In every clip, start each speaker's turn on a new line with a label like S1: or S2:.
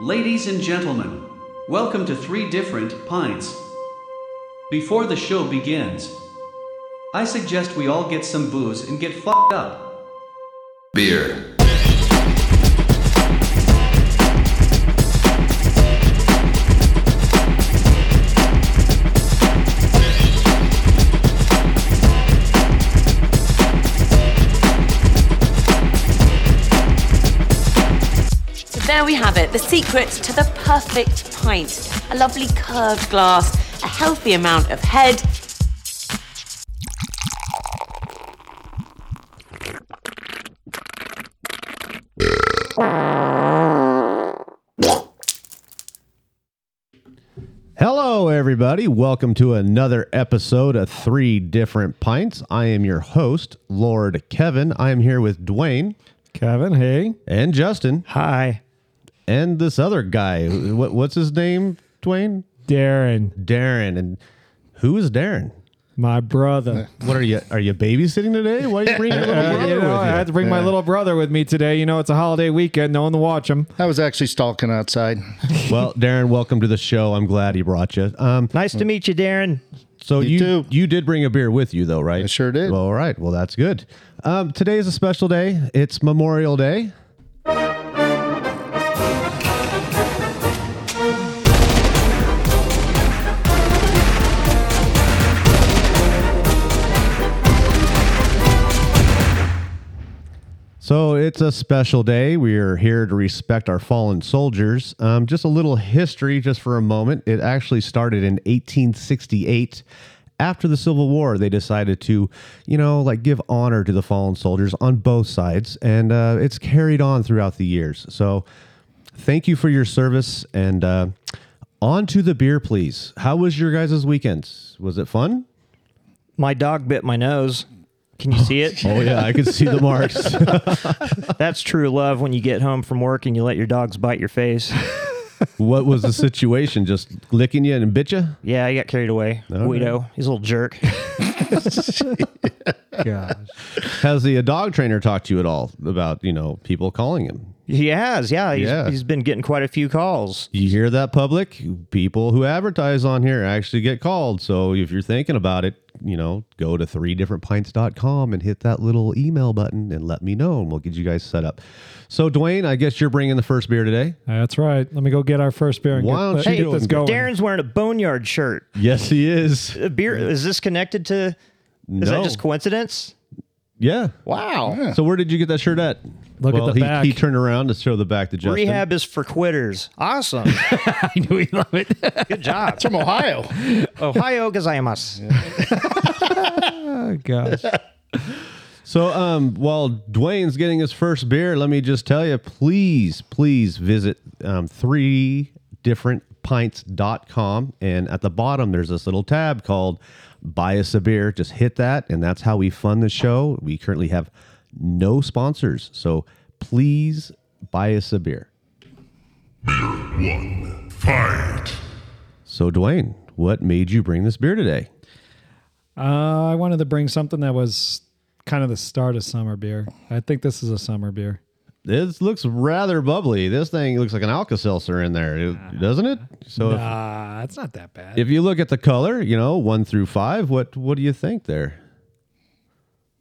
S1: Ladies and gentlemen, welcome to Three Different Pints. Before the show begins, I suggest we all get some booze and get fucked up.
S2: Beer.
S3: So there we have it, the secret to the perfect pint. A lovely curved glass, a healthy amount of head.
S4: Hello, everybody. Welcome to another episode of Three Different Pints. I am your host, Lord Kevin. I am here with Dwayne
S5: Kevin, hey.
S4: and Justin
S5: Hi.
S4: and this other guy. What, what's his name, Dwayne?
S5: Darren,
S4: Darren. And who is Darren?
S5: my brother.
S4: What are you? Are you babysitting today? Why are you bringing your little
S5: Uh,
S4: brother
S5: you know, I
S4: with
S5: had to bring my
S6: Yeah.
S5: little brother with me today. You know, it's a holiday weekend. No one to watch him.
S6: I was actually stalking outside.
S4: you? Well, Darren, welcome to the show. I'm glad he brought you. Um,
S7: Nice to meet you, Darren.
S4: So you
S6: You
S4: you,
S6: too.
S4: did bring a beer with you though, right?
S6: I sure did.
S4: Well, all right. Well, that's good. Um, today is a special day. It's Memorial Day. So it's a special day. We are here to respect our fallen soldiers. Um, just a little history, just for a moment. It actually started in 1868. After the Civil War, they decided to, you know, like give honor to the fallen soldiers on both sides, and uh, it's carried on throughout the years. So, thank you for your service, and uh, on to the beer, please. How was your guys' weekends? Was it fun?
S7: My dog bit my nose. Can you see it?
S4: Oh yeah, I could see the marks.
S7: That's true love when you get home from work and you let your dogs bite your face.
S4: what was the situation? Just licking you and bit you?
S7: Yeah, I got carried away. Guido, he's a little jerk.
S5: Gosh.
S4: Has the uh, dog trainer talked to you at all about you know people calling him?
S7: he has, yeah. He's,
S4: Yeah.
S7: he's been getting quite a few calls.
S4: You hear that, public? People who advertise on here actually get called. So if you're thinking about it, you know, go to three differentpints.com and hit that little email button and let me know, and we'll get you guys set up. So Dwayne, I guess you're bringing the first beer today.
S5: That's right. Let me go get our first beer and
S4: Why don't
S5: get,
S4: you
S5: get
S4: do
S5: this
S4: it?
S5: going.
S7: Darren's wearing a boneyard shirt.
S4: Yes, he is.
S7: A beer is this connected to is
S4: No.
S7: that just coincidence?
S4: yeah.
S7: Wow.
S4: So where did you get that shirt at?
S5: Look at
S4: Well,
S5: the
S4: he,
S5: back.
S4: He turned around to show the back to Justin.
S7: Rehab is for quitters. Awesome.
S5: I knew he loved it.
S7: Good job.
S6: From Ohio.
S7: Ohio gozaimasu.
S5: oh, gosh.
S4: So, um, while Dwayne's getting his first beer, let me just tell you please, please visit um, three different pints.com. And at the bottom, there's this little tab called Buy Us a Beer. Just hit that, and that's how we fund the show. We currently have no sponsors. So, please buy us a beer.
S8: Fight.
S4: So, Dwayne, what made you bring this beer today?
S5: Uh, I wanted to bring something that was kind of the start of summer beer. I think this is a summer beer.
S4: This looks rather bubbly. This thing looks like an Alka Seltzer in there, it- doesn't it? So, if-
S5: Ah, it's not that bad.
S4: If you look at the color, you know, one through five, what what do you think there?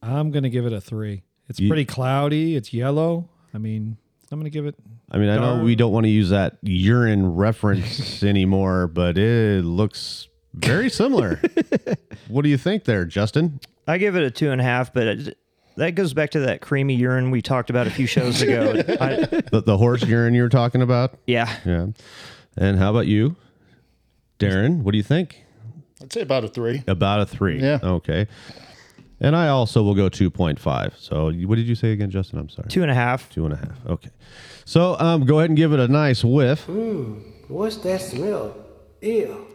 S5: I'm going to give it a three. It's pretty cloudy. It's yellow. I mean, I'm going to give it
S4: I mean, I know we don't want to use that urine reference anymore, but it looks very similar. what do you think there, Justin?
S7: I give it a two and a half, but it, that goes back to that creamy urine we talked about a few shows ago. I-
S4: The, the horse urine you were talking about?
S7: yeah,
S4: Yeah. And how about you, Darren? What do you think?
S6: I'd say about a three.
S4: About a three.
S6: Yeah.
S4: Okay. And I also will go 2.5. So, you- what did you say again, Justin? I'm sorry.
S7: two and a half.
S4: Two and a half. Okay. So, um, go ahead and give it a nice whiff.
S9: Mmm. What's that smell? Ew.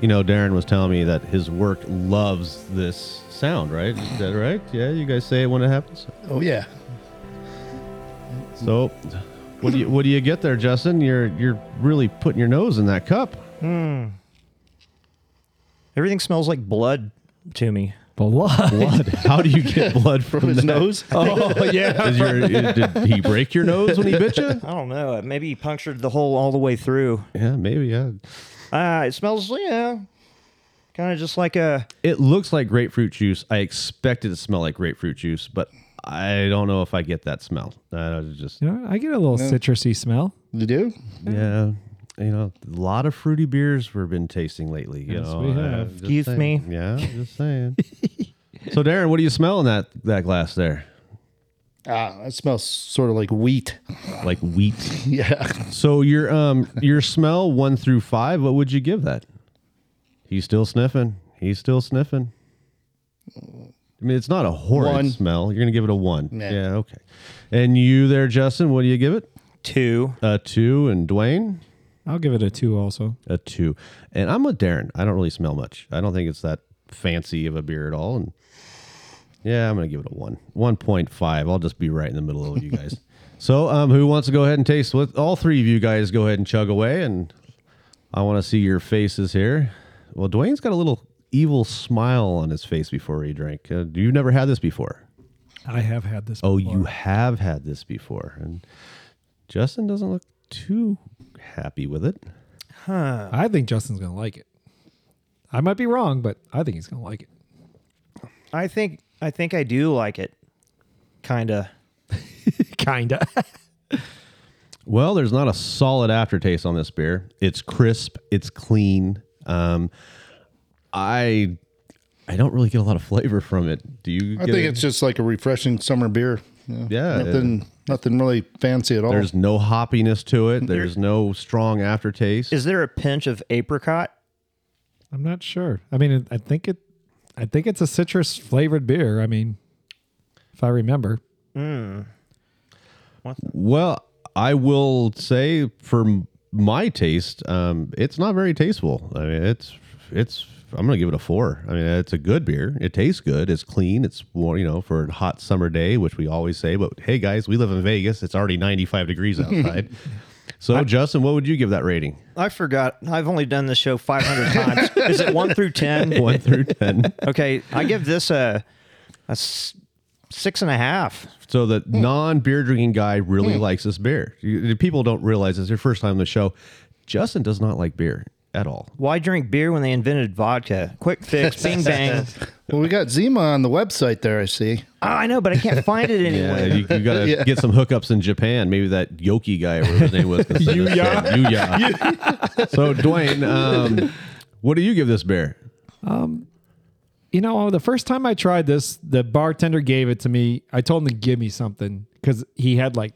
S4: You know, Darren was telling me that his work loves this sound, right? Is that right? Yeah, you guys say it when it happens.
S6: Oh, yeah.
S4: So, what do you what do you get there, Justin? You're you're really putting your nose in that cup.
S7: Everything smells like blood to me.
S5: Blood.
S4: Blood. How do you get blood from,
S6: his
S4: that?
S6: nose?
S4: Oh yeah. Is your, is- did he break your nose when he bit you?
S7: I don't know. Maybe he punctured the hole all the way through.
S4: Yeah, maybe. Yeah.
S7: Uh, it smells, yeah, kind of just like a.
S4: It looks like grapefruit juice. I expect it to smell like grapefruit juice, but I don't know if I get that smell. I just
S5: You know, I get a little citrusy smell.
S6: You do?
S4: yeah. You know, a lot of fruity beers we've been tasting lately. You know,
S5: we
S4: I-
S5: have.
S4: just
S7: Excuse
S4: saying.
S7: me.
S4: Yeah, just saying. so, Darren, what do you smell in that that glass there?
S6: Ah, it smells sort of like wheat.
S4: Like wheat.
S6: Yeah.
S4: So your um your smell one through five. What would you give that? He's still sniffing. He's still sniffing. I mean, it's not a horrid
S6: One.
S4: smell. You're gonna give it a one.
S6: Nah.
S4: Yeah, okay. And you there, Justin? What do you give it?
S7: Two.
S4: A two. And Dwayne,
S5: I'll give it a two also.
S4: a two. uh, And I'm with Darren. I don't really smell much. I don't think it's that fancy of a beer at all. And yeah, I'm gonna give it a one. One point five. I'll just be right in the middle of you guys. so, um, who wants to go ahead and taste? What all three of you guys go ahead and chug away, and I want to see your faces here. Well, Dwayne's got a little evil smile on his face before he drank. Uh, you've never had this before.
S5: I have had this.
S4: Oh,
S5: before.
S4: you have had this before, and Justin doesn't look too happy with it.
S5: I think Justin's gonna like it. I might be wrong, but I think he's gonna like it.
S7: I think I think I do like it. Kinda.
S5: Kinda.
S4: Well, there's not a solid aftertaste on this beer. It's crisp. It's clean. Um, I I don't really get a lot of flavor from it. Do you?
S6: I
S4: get
S6: think
S4: it?
S6: it's just like a refreshing summer beer. Yeah.
S4: Yeah,
S6: Nothing, nothing really fancy at all.
S4: There's no hoppiness to it. There's no strong aftertaste.
S7: Is there a pinch of apricot?
S5: I'm not sure. I mean, it- I think it. I think it's a citrus flavored beer. I mean, if I remember,
S4: Well, I will say for m- my taste, um, it's not very tasteful. I mean, it's it's. I'm gonna give it a four. I mean, it's a good beer. It tastes good. It's clean. It's warm, you know for a hot summer day, which we always say. But hey, guys, we live in Vegas. It's already 95 degrees outside. so, Justin, what would you give that rating?
S7: I forgot. I've only done this show 500 times. Is it one through 10?
S4: One through ten.
S7: Okay, I give this a, a s- six and a half.
S4: So the non-beer drinking guy really likes this beer. You- People don't realize it's their first time on the show. Justin does not like beer at all.
S7: Why drink beer when they invented vodka? Quick fix, bing bang.
S6: well, we got Zima on the website there, I see.
S7: Oh, I know, but I can't find it
S4: Yeah,
S7: anywhere.
S4: you, you gotta get some hookups in Japan. Maybe that Yoki guy, or his name was, Yuya. Yuya. so Dwayne, um, what do you give this beer?
S5: you know, the first time I tried this, the bartender gave it to me. I told him to give me something because he had like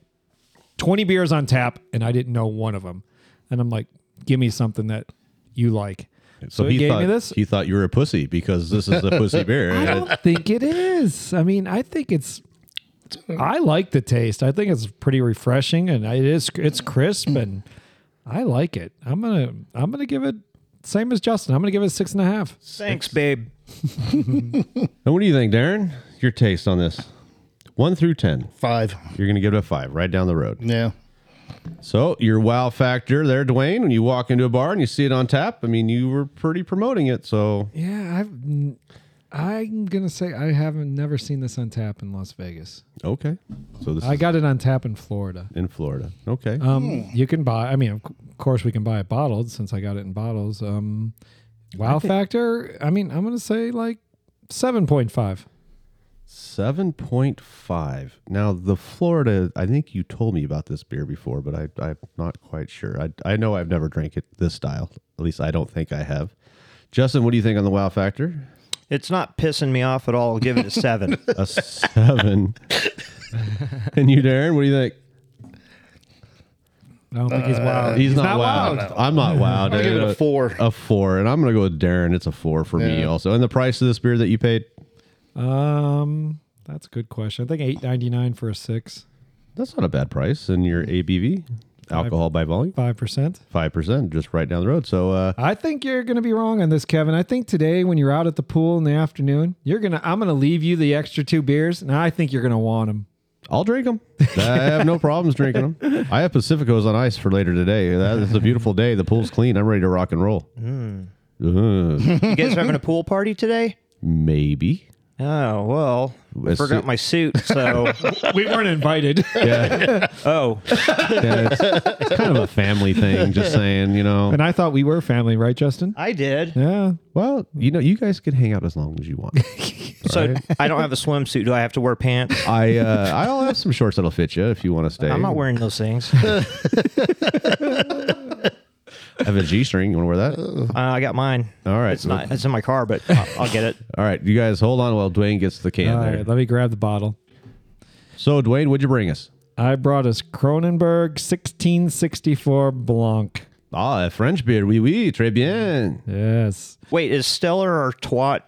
S5: 20 beers on tap and I didn't know one of them. And I'm like, give me something that you like. So, he, gave
S4: thought
S5: me this.
S4: he thought you were a pussy because this is a pussy beer.
S5: I
S4: And
S5: don't think it is. I mean, I think it's. I like the taste. I think it's pretty refreshing, and it is. It's crisp, and I like it. I'm gonna. I'm gonna give it same as Justin. I'm gonna give it six and a half.
S7: Thanks, babe.
S4: what do you think, Darren? Your taste on this? One through ten.
S6: Five.
S4: You're gonna give it a five, right down the road.
S6: Yeah.
S4: So your wow factor there, Dwayne, when you walk into a bar and you see it on tap, I mean, you were pretty promoting it. So
S5: Yeah, I've. n- I'm gonna say I haven't never seen this on tap in Las Vegas.
S4: okay, so this
S5: I
S4: is
S5: got it on tap in Florida.
S4: in Florida. Okay,
S5: Um, you can buy. I mean, of c- of course, we can buy it bottled since I got it in bottles. Um, wow factor. I mean, I'm gonna say like seven point five.
S4: Seven point five. Now the Florida, I think you told me about this beer before, but I, I'm not quite sure. I, I know I've never drank it this style. At least I don't think I have. Justin, what do you think on the wow factor?
S7: It's not pissing me off at all. I'll give it a seven.
S4: A seven. and you, Darren, what do you think?
S5: I don't think he's
S6: Uh,
S5: wild.
S4: He's, not, wowed. I'm not wowed.
S6: I'll give it a
S4: Uh,
S6: four.
S4: A four, and I'm gonna go with Darren. It's a four for me
S6: Yeah.
S4: also. And the price of this beer that you paid,
S5: Um, that's a good question. I think eight ninety nine for a six,
S4: that's not a bad price. And your ABV, alcohol by volume,
S5: five percent.
S4: five percent, just right down the road. So. uh
S5: I think you're gonna be wrong on this, Kevin. I think today when you're out at the pool in the afternoon, you're gonna I'm gonna leave you the extra two beers, and I think you're gonna want them.
S4: I'll drink them. I have no problems drinking them. I have Pacificos on ice for later today. That is a beautiful day. The pool's clean. I'm ready to rock and roll. Uh,
S7: You guys having a pool party today?
S4: maybe.
S7: Oh well, I
S4: As
S7: forgot
S4: soo-
S7: my suit. So
S5: we weren't invited.
S7: oh,
S4: Yeah, it's, it's kind of a family thing. Just saying, you know.
S5: and I thought we were family, right, Justin?
S7: I did.
S5: Yeah.
S4: Well, you know, you guys could hang out as long as you want.
S7: So I don't have a swimsuit. Do I have to wear pants?
S4: I uh, I'll have some shorts that'll fit you if you want to stay.
S7: I'm not wearing those things.
S4: I have a G-string. You want to wear that?
S7: Uh, I got mine.
S4: All right.
S7: It's not. It's in my car, but I'll, I'll get it.
S4: All right, you guys, hold on while Dwayne gets the can
S5: All
S4: there.
S5: right, let me grab the bottle.
S4: so, Dwayne, what'd you bring us?
S5: I brought us Cronenberg 1664 Blanc.
S4: Ah, a French beer. Oui, oui, très bien.
S5: Yes.
S7: Wait, is Stellar or twat?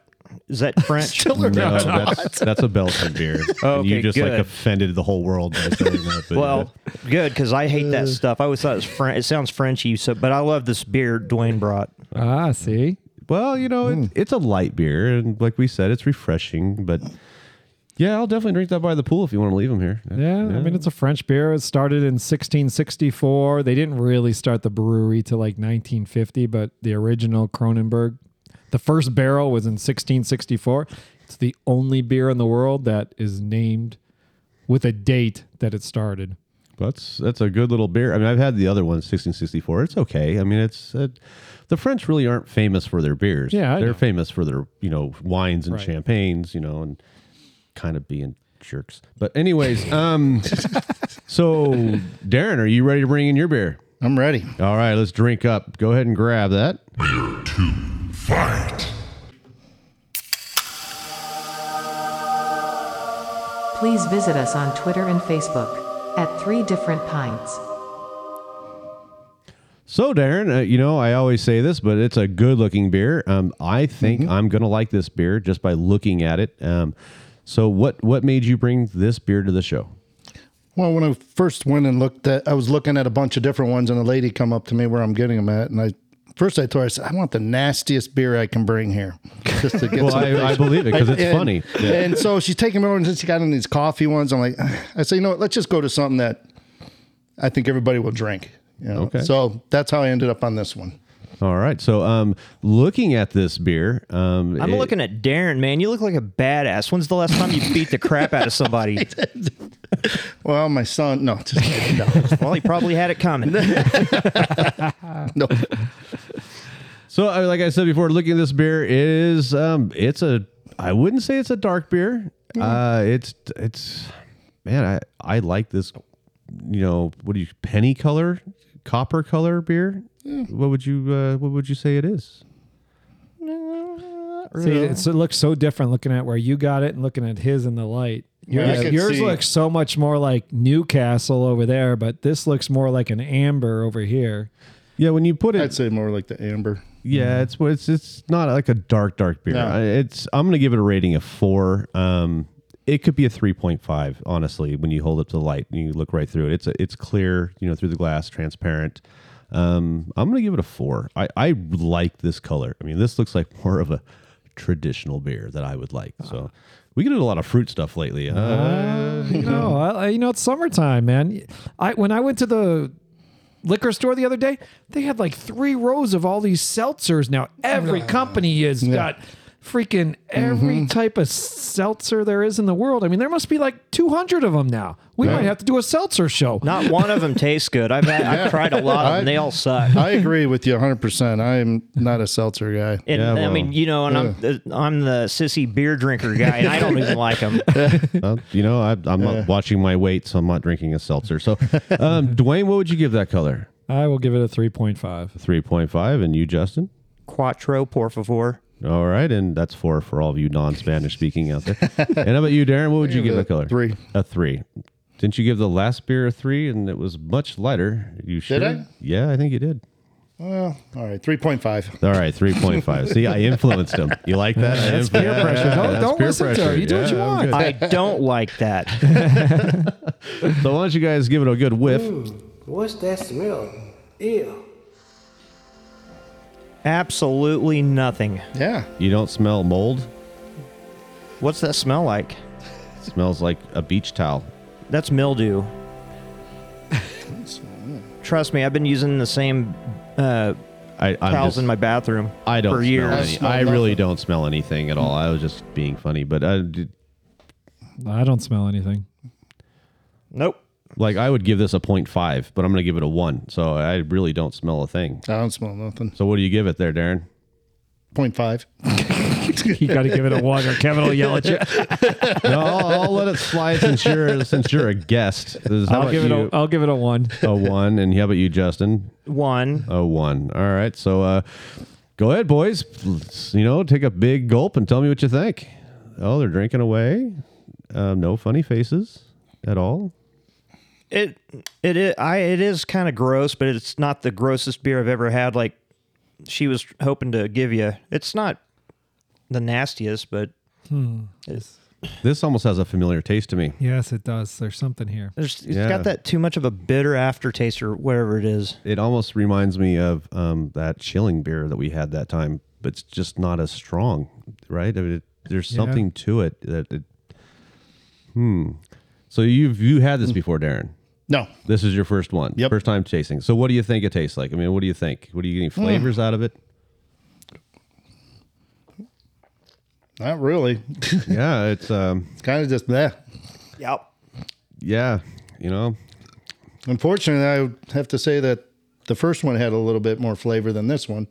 S7: Is that French?
S4: No, that's, that's a Belgian beer. and you
S7: Okay,
S4: just like
S7: good.
S4: offended the whole world by saying that. but-
S7: well, good because I hate that stuff. I always thought it was French. It sounds Frenchy. So, but I love this beer Dwayne brought.
S5: Ah, see?
S4: well, you know, it, it's a light beer, and like we said, it's refreshing. But yeah, I'll definitely drink that by the pool if you want to leave them here.
S5: Yeah, I mean, it's a French beer. It started in 1664. They didn't really start the brewery till like 1950, but the original Cronenberg, the first barrel was in 1664. It's the only beer in the world that is named with a date that it started.
S4: That's that's a good little beer. I mean, I've had the other one, 1664. It's okay. I mean, it's uh, the French really aren't famous for their beers.
S5: Yeah, I
S4: they're
S5: know.
S4: famous for their you know wines and
S5: Right.
S4: champagnes, you know, and kind of being jerks. But anyways, um, so Darren, are you ready to bring in your beer?
S6: I'm ready.
S4: All right, let's drink up. Go ahead and grab that.
S8: Please visit us on Twitter and Facebook at Three Different Pints.
S4: So, Darren, uh, you know, I always say this, but it's a good looking beer. Um, I think I'm going to like this beer just by looking at it. Um, so, what, what made you bring this beer to the show?
S6: Well, when I first went and looked at, I was looking at a bunch of different ones, and a lady come up to me where I'm getting them at, and I first I told her I said I want the nastiest beer I can bring here, just to get.
S4: Well,
S6: some
S4: I, I believe it because it's
S6: and,
S4: funny.
S6: And so she's taking me over and since she got in these coffee ones, I'm like, I say, you know what? Let's just go to something that I think everybody will drink. You know?
S4: Okay.
S6: So that's how I ended up on this one.
S4: All right. So, um, looking at this beer, um,
S7: I'm
S4: it-
S7: looking at Darren, man. You look like a badass. When's the last time you beat the crap out of somebody?
S6: Well, my son, no, just kidding, no,
S7: Well, he probably had it coming.
S6: no.
S4: So, I- like I said before, looking at this beer it is um, it's a I wouldn't say it's a dark beer. Uh, it's it's man, I I like this. You know, what do you penny color, copper color beer? What would you uh, What would you say it is?
S5: See, it's, it looks so different looking at where you got it and looking at his in the light.
S6: Yeah, I
S5: Yours,
S6: can
S5: yours
S6: see.
S5: looks so much more like Newcastle over there, but this looks more like an amber over here.
S4: Yeah, when you put it,
S6: I'd say more like the amber.
S4: Yeah, it's it's it's not like a dark dark beer.
S6: No.
S4: I- It's I'm gonna give it a rating of four. Um, it could be a three point five, honestly. When you hold up to the light and you look right through it, it's a, it's clear, you know, through the glass, transparent. Um, I'm gonna give it a four. I I like this color. I mean, this looks like more of a traditional beer that I would like. So we get a lot of fruit stuff lately. Uh,
S5: no, I, I- uh, you know it's summertime, man. I when I went to the liquor store the other day, they had like three rows of all these seltzers. Now every company has got freaking every type of seltzer there is in the world. I mean, there must be like 200 of them now. We might have to do a seltzer show.
S7: Not one of them tastes good. I've had, I've tried a lot of them. They all suck.
S6: I agree with you 100%. I am not a seltzer guy.
S7: And
S4: Yeah,
S7: I mean,
S4: well,
S7: you know, and I'm the, I'm the sissy beer drinker guy, and I don't even like them.
S4: uh, you know, I, I'm not watching my weight, so I'm not drinking a seltzer. So, um, Dwayne, what would you give that color?
S5: I will give it a 3.5.
S4: Three point five, and you, Justin?
S7: Quattro, por favor.
S4: All right, and that's four for all of you non-Spanish speaking out there. and how about you, Darren? What would you give the color?
S6: three.
S4: A three. Didn't you give the last beer a three, and it was much lighter? You sure?
S6: I?
S4: Yeah, I think you did.
S6: Well, all right, 3.5.
S4: All right, three point five. See, I influenced him. You like that? I influenced- Yeah, yeah, that's peer pressure.
S5: Don't- don't listen to her. You do what you
S4: I'm
S5: want.
S4: good.
S7: I don't like that.
S4: So why don't you guys give it a good whiff?
S9: What's that smell? Ew.
S7: Absolutely nothing.
S6: Yeah.
S4: You don't smell mold.
S7: What's that smell like?
S4: It smells like a beach towel.
S7: That's mildew. Trust me, I've been using the same. Uh,
S4: I, I'm
S7: towels
S4: just-
S7: in my bathroom
S4: I don't
S7: for
S4: smell
S7: years.
S4: any.
S6: smell
S4: I really don't smell anything at all. I was just being funny, but I did,
S5: I don't smell anything.
S7: Nope.
S4: like I would give this a 0.5, but I'm going to give it a 1. So I really don't smell a thing.
S6: I don't smell nothing.
S4: So what do you give it there, Darren?
S6: Point five.
S5: You got to give it a one, or Kevin will yell at you.
S4: No, I'll, I'll let it slide since you're since you're a guest. This is- how
S5: I'll
S4: about
S5: give it.
S4: you?
S5: A, I'll give it a one.
S4: a 1 and how about you, Justin?
S7: One.
S4: A 1. All right. So uh go ahead, boys. Let's, you know, take a big gulp and tell me what you think. Oh, they're drinking away. Uh, no funny faces at all.
S7: It it is, I it is kind of gross, but it's not the grossest beer I've ever had. Like she was hoping to give you. It's not the nastiest, but it's,
S4: This almost has a familiar taste to me.
S5: Yes, it does. There's something here.
S7: there's, it's
S4: Yeah.
S7: got that too much of a bitter aftertaste or whatever it is.
S4: It almost reminds me of um, that chilling beer that we had that time, but it's just not as strong, right? I mean, it, there's
S5: Yeah.
S4: something to it that. It, hmm. So you've you had this before, Darren?
S6: No,
S4: This is your first one,
S6: Yep.
S4: first time tasting. So what do you think it tastes like? I mean, what do you think? What are you getting flavors out of it?
S6: not really. it's
S4: Yeah, it's um,
S6: kind of just that.
S7: Yep.
S4: yeah, you know,
S6: Unfortunately, I would have to say that the first one had a little bit more flavor than this one.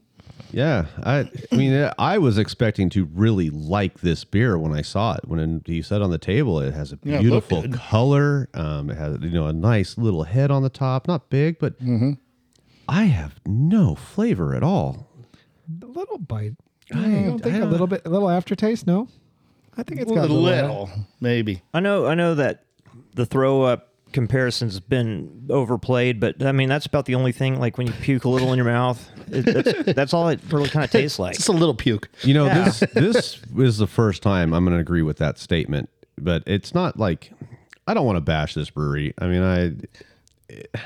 S4: Yeah, I, I mean, I was expecting to really like this beer when I saw it. When he said on the table, it has a
S6: it looked
S4: beautiful color. Um, it has you know a nice little head on the top, not big, but
S6: Mm-hmm.
S4: I have no flavor at all.
S5: A little bite. Mm, I don't think a little bit. A little aftertaste. No, I think it's
S6: A
S5: got
S6: little,
S5: a
S6: maybe.
S7: I know I know that the throw up comparison's been overplayed, but I mean that's about the only thing. Like when you puke a little in your mouth, it, that's, that's all it really kind of tastes like.
S6: Just a little puke.
S4: You know, this this is the first time I'm going to agree with that statement, but it's not like I don't want to bash this brewery. I mean, I
S6: It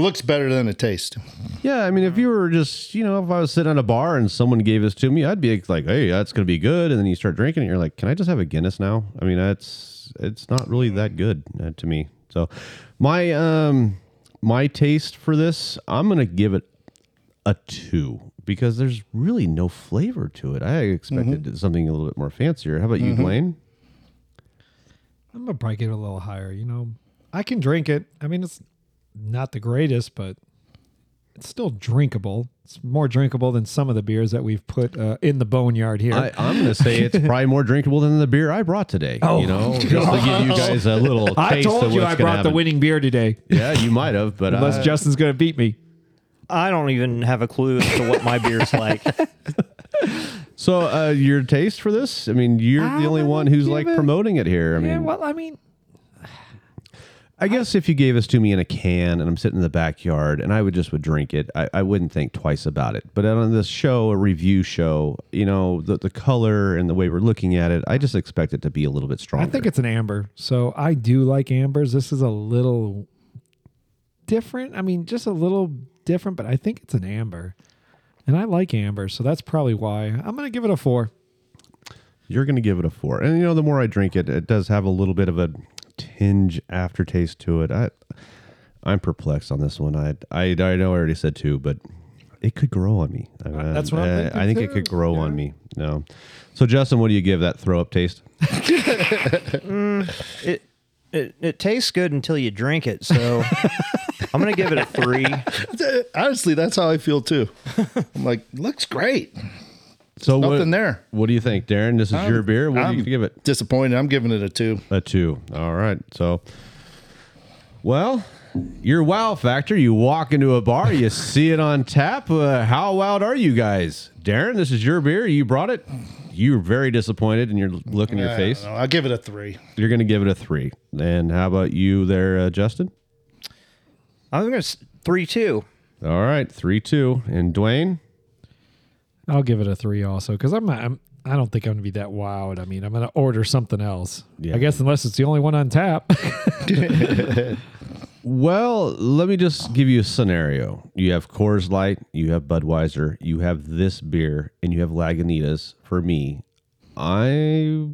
S6: looks better than it tastes.
S4: Yeah, I mean, if you
S5: Mm.
S4: were just, you know, if I was sitting at a bar and someone gave this to me, I'd be like, "Hey, that's gonna be good," and then you start drinking it, you're like, "Can I just have a Guinness now?" I mean, that's it's not really
S5: Mm.
S4: that good uh, to me. So, my um my taste for this, I'm gonna give it a two because there's really no flavor to it. I expected
S5: Mm-hmm.
S4: something a little bit more fancier. How about you, Blaine?
S5: I'm gonna probably get it a little higher. You know, I can drink it. I mean, it's not the greatest, but it's still drinkable. It's more drinkable than some of the beers that we've put uh, in the boneyard here.
S4: I, I'm gonna say it's probably more drinkable than the beer I brought today. you know, just to give you guys a little. Taste
S5: Oh, I
S4: of
S5: told you
S4: what's gonna
S5: I brought the
S4: happen. Uh,
S5: winning beer today.
S4: Yeah, you might have, but
S5: Unless
S4: I,
S5: Justin's gonna beat me.
S7: I don't even have a clue as to what my beer's like.
S4: so uh, your taste for this? I mean, you're the only
S5: would
S4: one who's
S5: Um, give
S4: like
S5: it-
S4: promoting it here. I mean,
S5: Yeah, well, I mean,
S4: I guess if you gave this to me in a can and I'm sitting in the backyard and I would just would drink it, I, I wouldn't think twice about it. But on this show, a review show, you know, the the color and the way we're looking at it, I just expect it to be a little bit stronger.
S5: I think it's an amber. So I do like ambers. This is a little different. I mean, just a little different, but I think it's an amber. And I like amber, so that's probably why. I'm going to give it a four.
S4: You're going to give it a four. And, you know, the more I drink it, it does have a little bit of a tinge aftertaste to it. I, I'm perplexed on this one. I, I, I know I already said two, but it could grow on me. I mean,
S5: Uh, that's what I'm
S4: I-
S5: thinking
S4: I think it
S5: too.
S4: could grow on me. No. So, Justin, what do you give that throw up taste?
S7: It, it it tastes good until you drink it. So I'm gonna give it a three.
S6: Honestly, that's how I feel too. I'm like, looks great.
S4: So what-
S6: Nothing there.
S4: What do you think, Darren? This is your beer. What do
S6: I'm
S4: you give it?
S6: Disappointed. I'm giving it a two.
S4: A Uh, two. All right. So, well, your wow factor. You walk into a bar, you see it on tap. Uh, how wild are you guys, Darren? This is your beer. You brought it. You're very disappointed, and you're looking in your
S6: I
S4: face.
S6: don't know. I'll give it a three.
S4: You're going to give it a three. And how about you, there, uh, Justin?
S7: I'm gonna s- three two.
S4: All right, three two. And Dwayne,
S5: I'll give it a three also because I'm, I'm I don't think I'm going to be that wowed. I mean, I'm going to order something else.
S4: Yeah.
S5: I guess unless it's the only one on tap.
S4: Well, let me just give you a scenario. You have Coors Light, you have Budweiser, you have this beer, and you have Lagunitas. For me, I
S5: You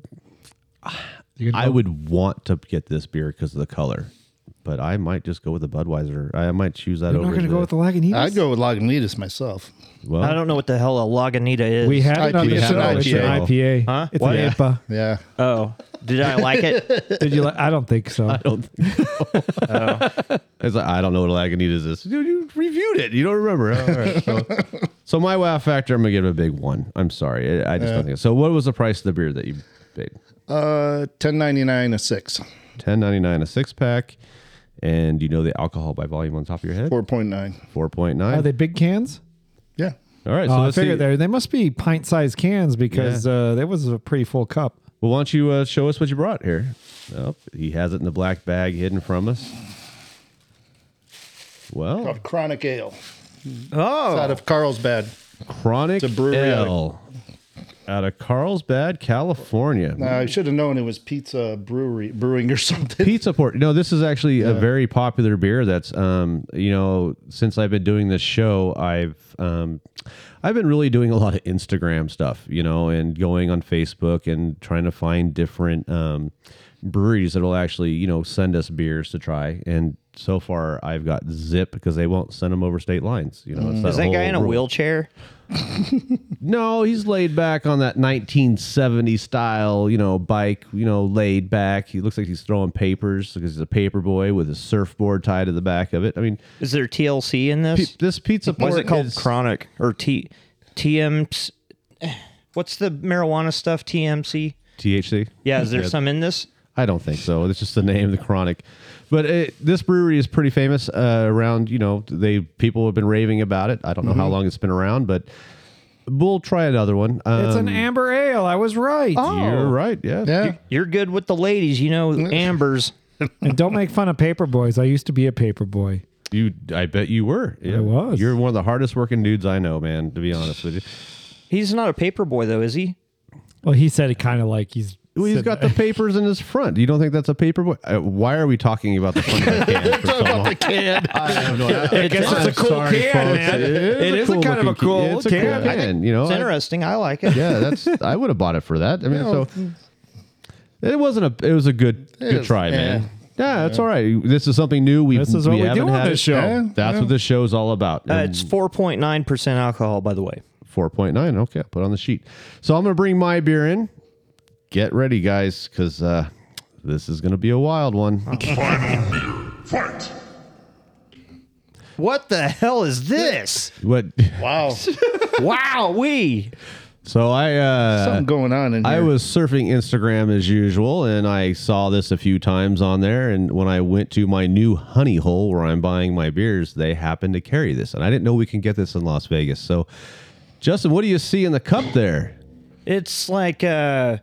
S5: can
S4: I
S5: go-
S4: would want to get this beer because of the color. but I might just go with the Budweiser. I might choose that
S5: You're
S4: over.
S5: not going to go with the Lagunitas?
S6: I'd go with Lagunitas myself.
S4: Well,
S7: I don't know what the hell a Lagunita is.
S5: We had it on
S6: IPA.
S5: the show.
S6: It's
S5: It's
S6: an
S5: an IPA.
S7: Huh?
S5: It's
S7: What?
S5: an
S7: Yeah.
S5: IPA.
S6: Yeah.
S4: Uh,
S7: Oh, did I like it?
S5: Did you like? I don't think so.
S4: I don't. Think so. Oh. It's like, I don't know what Lagunitas is. Dude, you reviewed it. You don't remember. Oh, All right, so, so my wow factor, I'm gonna give it a big one. I'm sorry. I, I just don't think. So what was the price of the beer that you paid?
S6: Uh, ten ninety nine a six.
S4: Ten ninety nine a six pack. And do you know the alcohol by volume on top of your head?
S6: Four point nine.
S4: Four point
S5: Are
S4: nine.
S5: Oh, they big cans?
S6: Yeah.
S4: All right. So
S5: oh, I
S4: let's see.
S5: figured there they must be pint-sized cans because uh, there was a pretty full cup.
S4: Well, why don't you uh, show us what you brought here? Oh, he has it in the black bag hidden from us. Well,
S6: Called Chronic Ale. It's
S7: Oh,
S6: out of Carlsbad.
S4: Chronic
S6: It's a brewery out of-
S4: Ale out of Carlsbad, California.
S6: Uh, I should have known it was Pizza Brewery Brewing or something.
S4: Pizza port. No, this is actually a very popular beer. That's um, you know, since I've been doing this show, I've um, I've been really doing a lot of Instagram stuff, you know, and going on Facebook and trying to find different um, breweries that'll actually you know send us beers to try. And so far, I've got Zip because they won't send them over state lines. You know, it's
S7: is that
S4: whole
S7: guy in a
S5: Oh,
S4: rule.
S7: wheelchair?
S4: No, he's laid back on that 1970 style, you know, bike, you know, laid back. He looks like he's throwing papers because he's a paper boy with his surfboard tied to the back of it. I mean,
S7: Is there TLC in
S4: pe-
S7: this?
S4: this pizza
S7: Why
S4: port
S7: is it called
S4: is-
S7: Chronic or T TM? What's the marijuana stuff? TMC?
S4: THC.
S7: Yeah, is there some in this?
S4: I don't think so. It's just the name, the chronic. But it, this brewery is pretty famous uh, around. You know, they people have been raving about it. I don't know
S7: Mm-hmm.
S4: how long it's been around, but we'll try another one. Um,
S5: It's an amber ale. I was right.
S4: You're
S7: Oh.
S4: right. Yeah.
S6: Yeah.
S7: You're good with the ladies, you know, Ambers.
S4: Oh.
S5: And don't make fun of paper boys. I used to be a paper boy.
S4: You, I bet you were. Yeah.
S5: was.
S4: You're one of the hardest working dudes I know, man. To be honest with you,
S7: He's not a paper boy though, is he?
S5: Well, he said it kind of like he's.
S4: well, he's
S5: said
S4: got
S5: that.
S4: the papers in his front. You don't think that's a paper boy? Uh, why are we talking about the front of the can? For so long? I have no idea.
S5: guess it's a cool can, man. It is a kind of a
S4: looking
S5: cool
S4: can. It's a
S5: can.
S4: cool can. You know,
S7: It's
S4: I-
S7: interesting. I like it.
S4: yeah, that's. I would have bought it for that. I mean, so it wasn't a. It was a good good
S6: is,
S4: try,
S6: yeah.
S4: man. Yeah, that's all right. This is something new. We've,
S5: This is what we do
S4: haven't
S5: on
S4: had
S5: this
S4: it.
S5: show.
S6: Yeah,
S4: That's what this show's all about.
S7: Uh,
S4: And
S7: it's 4.9% alcohol, by the way.
S4: 4.9. Okay, put on the sheet. So I'm going to bring my beer in. Get ready, guys, because uh, this is going to be a wild one.
S7: What the hell is this?
S4: what?
S6: Wow.
S7: wow, we.
S4: So I uh,
S6: Something going on in here.
S4: I was surfing Instagram as usual, and I saw this a few times on there. And when I went to my new honey hole where I'm buying my beers, they happened to carry this, and I didn't know we can get this in Las Vegas. So, Justin, what do you see in the cup there?
S7: It's like uh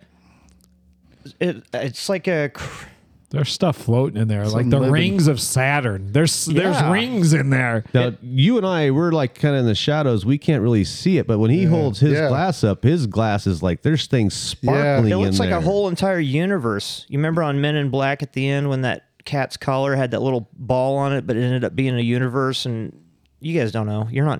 S7: it, it's like a cr-
S5: There's stuff floating in there, like the
S6: living-
S5: rings of Saturn. There's
S7: Yeah.
S5: there's rings in there.
S4: Now, you and I, we're like kind of in the shadows. We can't really see it, but when he holds his
S6: Yeah.
S4: glass up, his glass is like there's things sparkling.
S7: it looks
S4: in
S7: like
S4: there.
S7: a whole entire universe. You remember on Men in Black at the end when that cat's collar had that little ball on it but it ended up being a universe and you guys don't know. You're not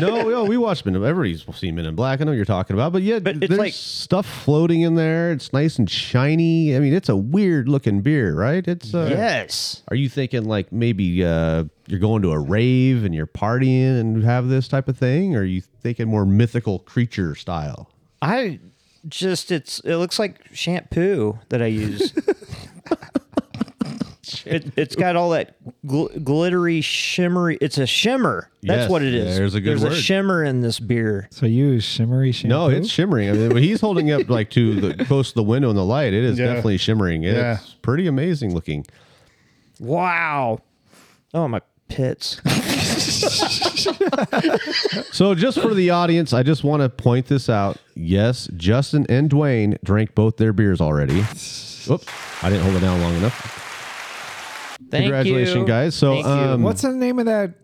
S4: no, no, we watched Men. in- Everybody's seen Men in Black. I know what you're talking about, but yeah,
S7: But it's
S4: there's
S7: like-
S4: stuff floating in there. It's nice and shiny. I mean, it's a weird looking beer, right? It's uh,
S7: yes.
S4: Are you thinking like maybe uh, you're going to a rave and you're partying and have this type of thing? Or are you thinking more mythical creature style?
S7: I just it's it looks like shampoo that I use. it, it's got all that gl- glittery, shimmery. It's a shimmer. That's
S4: Yes,
S7: what it is.
S4: there's a good
S7: There's
S4: word.
S7: a shimmer in this beer.
S5: So you use shimmery shampoo.
S4: No,
S6: Mm-hmm.
S4: it's shimmering. I mean, when he's holding up like to the close to the window and the light, it is
S6: Yeah.
S4: definitely shimmering. It's
S6: Yeah.
S4: pretty amazing looking.
S7: Wow. Oh my pits.
S4: So, just for the audience, I just want to point this out. Yes, Justin and Dwayne drank both their beers already. Whoops, I didn't hold it down long enough.
S7: Thank
S4: Congratulations,
S7: you.
S4: guys. So,
S7: Thank you.
S4: um,
S5: What's the name of that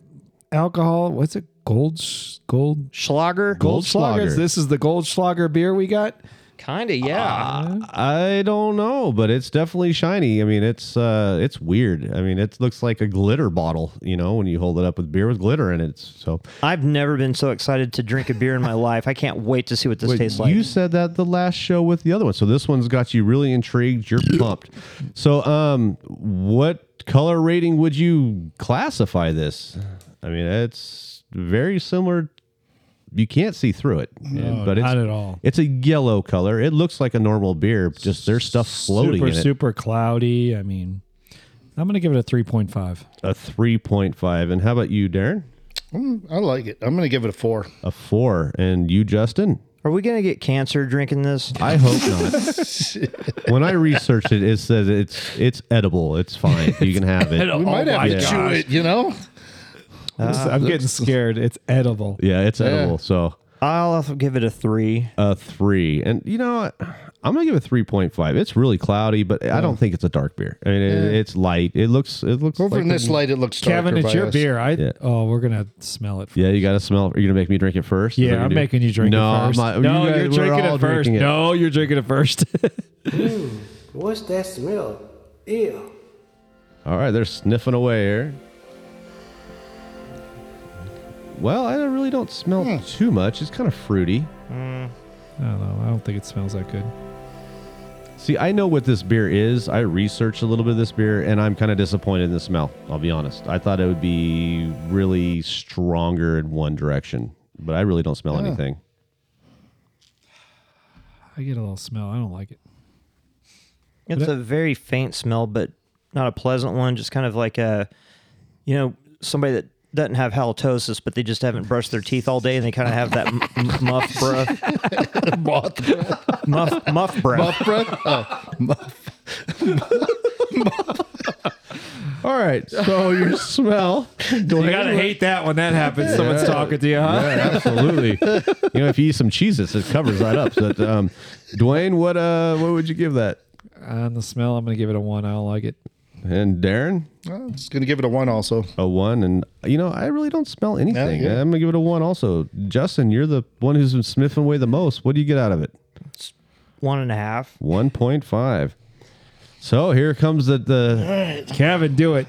S5: alcohol? What's it? Gold sh- gold
S7: Schlager.
S4: Goldschlager.
S5: This is the Goldschlager beer we got.
S7: Kinda. Yeah.
S4: Ah. I don't know, but it's definitely shiny. I mean, it's uh, it's weird. I mean, it looks like a glitter bottle. You know, when you hold it up with beer with glitter in it. So,
S7: I've never been so excited to drink a beer in my life. I can't wait to see what this
S4: Wait,
S7: tastes like.
S4: You said that the last show with the other one. So this one's got you really intrigued. You're pumped. So um what what color rating would you classify this? I mean, it's very similar. You can't see through it, and- but it's,
S5: not at all.
S4: It's a yellow color. It looks like a normal beer. Just there's stuff floating
S5: super
S4: in it.
S5: super cloudy. I mean, I'm gonna give it a 3.5.
S4: A three point five. And how about you, Darren?
S6: Mm, I like it. I'm going to give it a four.
S4: A four. And you, Justin?
S7: Are we gonna get cancer drinking this?
S4: I hope not. when I researched it, it says it's it's edible. It's fine. You can have it.
S6: We might have to chew it, you know?
S5: I'm getting scared. It's edible.
S4: Ah, Yeah, it's edible. So
S7: I'll have to give it a three.
S4: a three, and you know, what? I'm gonna give it three point five. It's really cloudy, but I don't think it's a dark beer. I mean, it, it's light. It looks it looks
S6: Over
S4: like
S6: in this
S4: a-
S6: light, it looks darker
S5: Kevin, it's
S6: by
S5: your
S6: us.
S5: beer. I
S4: Yeah.
S5: oh, we're gonna smell it.
S4: Yeah, you gotta smell. You're gonna make me drink it first. Is
S5: Yeah,
S4: that what
S5: I'm
S4: do?
S5: making you drink
S4: no,
S5: it 1st
S4: I'm not.
S5: no,
S4: You guys-
S5: you're
S4: we're
S5: drinking
S4: all
S5: it first.
S4: drinking it.
S5: No, you're drinking it first.
S9: What's that smell? Ew.
S4: All right, they're sniffing away here. Well, I really don't smell too much. It's kind of fruity.
S5: I don't know. I don't think it smells that good.
S4: See, I know what this beer is. I researched a little bit of this beer, and I'm kind of disappointed in the smell. I'll be honest. I thought it would be really stronger in one direction, but I really don't smell anything.
S5: I get a little smell. I don't like it.
S7: It's a very faint smell, but not a pleasant one. Just kind of like a, you know, somebody that doesn't have halitosis, but they just haven't brushed their teeth all day, and they kind of have that m- m- muff breath,
S6: Moth breath.
S7: muff muff breath.
S6: Muff breath? Oh, muff.
S4: All right, so your smell.
S5: You gotta hate that when that happens. Someone's talking to you, huh?
S4: Yeah, absolutely. you know, if you eat some cheeses, it covers that up. But um, Dwayne, what uh, what would you give that?
S5: On the smell, I'm gonna give it a one. I don't like it.
S4: And Darren,
S6: Well, it's going to give it a one also.
S4: a one. And you know, I really don't smell anything.
S6: yeah.
S4: I'm gonna give it a one. Also, Justin, you're the one who's been sniffing away the most. What do you get out of it?
S7: One and a half.
S4: 1.5. So here comes the. the
S5: Kevin, do it.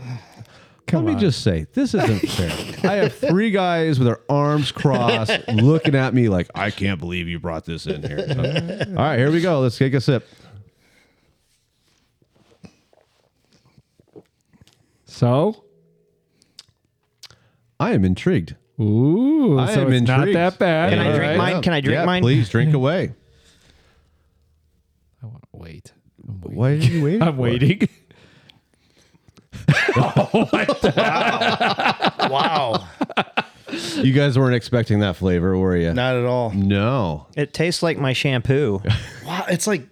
S4: let me just say, this isn't fair. I have three guys with their arms crossed looking at me like, I can't believe you brought this in here. So, all right, here we go. Let's take a sip.
S5: So,
S4: I am intrigued.
S5: ooh,
S4: I
S5: so
S4: am
S5: it's not
S4: intrigued.
S5: that bad.
S7: Can I
S5: All
S7: drink
S5: right.
S7: mine? Can I drink
S4: Yeah,
S7: mine?
S4: Please drink away.
S5: I want to wait. I'm waiting.
S4: Why are you waiting?
S5: I'm
S4: for?
S5: waiting.
S7: Wow,
S4: You guys weren't expecting that flavor, were you?
S6: Not at all.
S4: No.
S7: it tastes like my shampoo.
S6: Wow, it's like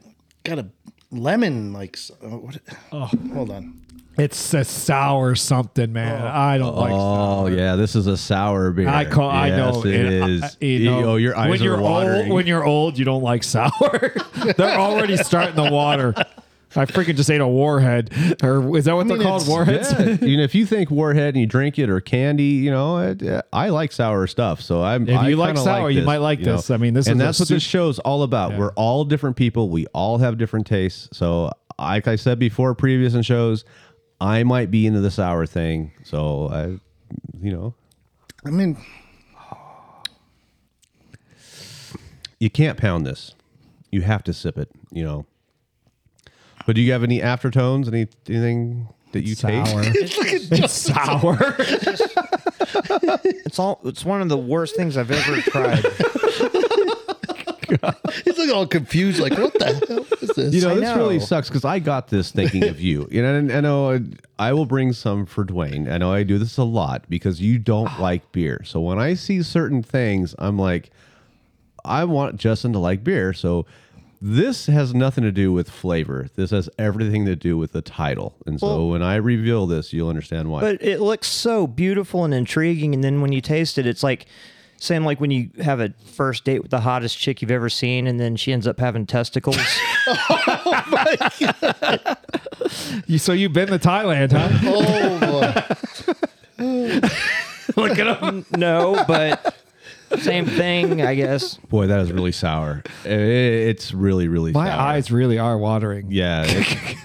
S6: got a lemon like. s- Oh, what, oh. Hold on.
S5: It's a sour something, man. I don't like.
S4: Oh yeah, this is a sour beer.
S5: I call. I know
S4: Yes, it
S5: and I-
S4: is.
S5: you know,
S4: oh, your eyes
S5: when
S4: are
S5: you're
S4: watering.
S5: old, when you're old, you don't like sour. They're already starting the water. I freaking just ate a warhead, or is that what they're called?
S6: it's-
S5: Warheads.
S4: Yeah, you know, if you think Warhead and you drink it or candy, you know, it, I like sour stuff. So I'm.
S5: If
S4: I
S5: you like
S4: kinda
S5: sour, you
S4: this,
S5: might like this. I mean, this
S4: and
S5: is a
S4: that's what this
S5: sup-
S4: show's all about. We're all different people. We all have different tastes. So, like I said before, previous in shows, I might be into the sour thing. So I, you know,
S6: I mean,
S4: you can't pound this. You have to sip it. You know. But do you have any aftertones? Any anything that you
S5: Sour.
S4: taste?
S5: it's sour.
S7: It's all. It's one of the worst things I've ever tried.
S6: he's looking all confused. Like, what the hell is this?
S4: You know,
S7: I
S4: this really
S7: know.
S4: sucks because I got this thinking of you. You know, and I know I will bring some for Dwayne. I know I do this a lot because you don't
S7: Ah.
S4: like beer. So when I see certain things, I'm like, I want Justin to like beer. So this has nothing to do with flavor. This has everything to do with the title. And so when I reveal this, you'll understand why.
S7: but it looks so beautiful and intriguing and then when you taste it it's like same like when you have a first date with the hottest chick you've ever seen and then she ends up having testicles
S5: You- so you've been to Thailand, huh?
S6: oh boy.
S5: Look at him.
S7: no but same thing i guess
S4: Boy, that is really sour. I- It's really, really
S5: My
S4: sour.
S5: eyes really are watering.
S4: Yeah. it-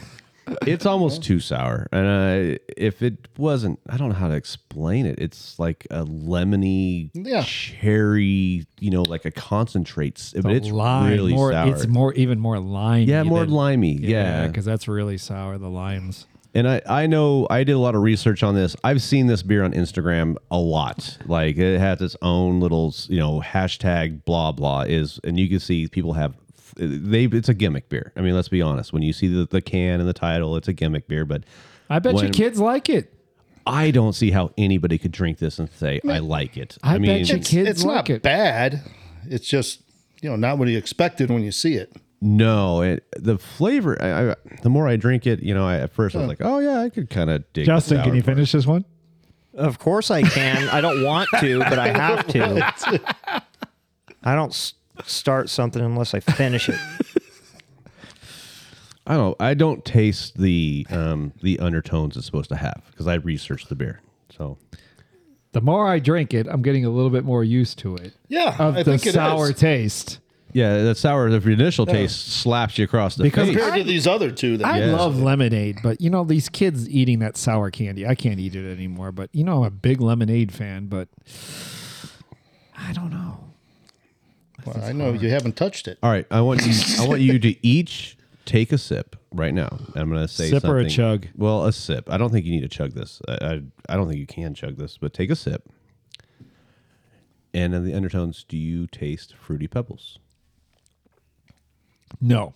S4: it's almost too sour. And uh, if it wasn't, I don't know how to explain it. It's like a lemony,
S6: Yeah.
S4: cherry, you know, like a concentrate. s- But it's
S5: lime.
S4: really
S5: more,
S4: sour.
S5: It's more, even more lime.
S4: yeah, more limey. Yeah.
S5: because that's really sour. The limes.
S4: And I, I know I did a lot of research on this. I've seen this beer on Instagram a lot. Like it has its own little, you know, hashtag blah blah is, and you can see people have they. It's a gimmick beer. I mean, let's be honest. When you see the, the can and the title, it's a gimmick beer. But
S5: I bet you
S4: When-
S5: kids like it.
S4: I don't see how anybody could drink this and say I like it.
S5: I bet you
S6: It's,
S5: Kids
S6: it's
S5: like
S6: not
S5: it.
S6: bad. It's just you know not what you expected when you see it.
S4: No, it, the flavor. I, I, the more I drink it, you know, I, at first I was like, "Oh yeah, I could kind of dig." the
S5: Justin,
S4: sour
S5: can you
S4: part.
S5: finish this one?
S7: Of course I can. I don't want to, but I have to. I don't s- start something unless I finish it.
S4: I don't. I don't taste the um, the undertones it's supposed to have because I researched the beer. So
S5: The more I drink it, I'm getting a little bit more used to it.
S6: Yeah,
S5: Of
S6: I
S5: the
S6: think it
S5: sour
S6: is.
S5: taste.
S4: yeah, that sour. The initial taste slaps you across the
S5: Because
S4: face.
S6: compared to these other two. That
S5: I
S4: Yes.
S5: love lemonade, but you know these kids eating that sour candy. I can't eat it anymore, but you know I'm a big lemonade fan, but I don't know.
S6: Well, I know you haven't touched it.
S4: All right, I want you, I want you to each take a sip right now. I'm gonna say
S5: Sip or a
S4: something-
S5: chug?
S4: Well, a sip. I don't think you need to chug this. I, I I don't think you can chug this, but take a sip. And in the undertones, do you taste fruity pebbles?
S5: No.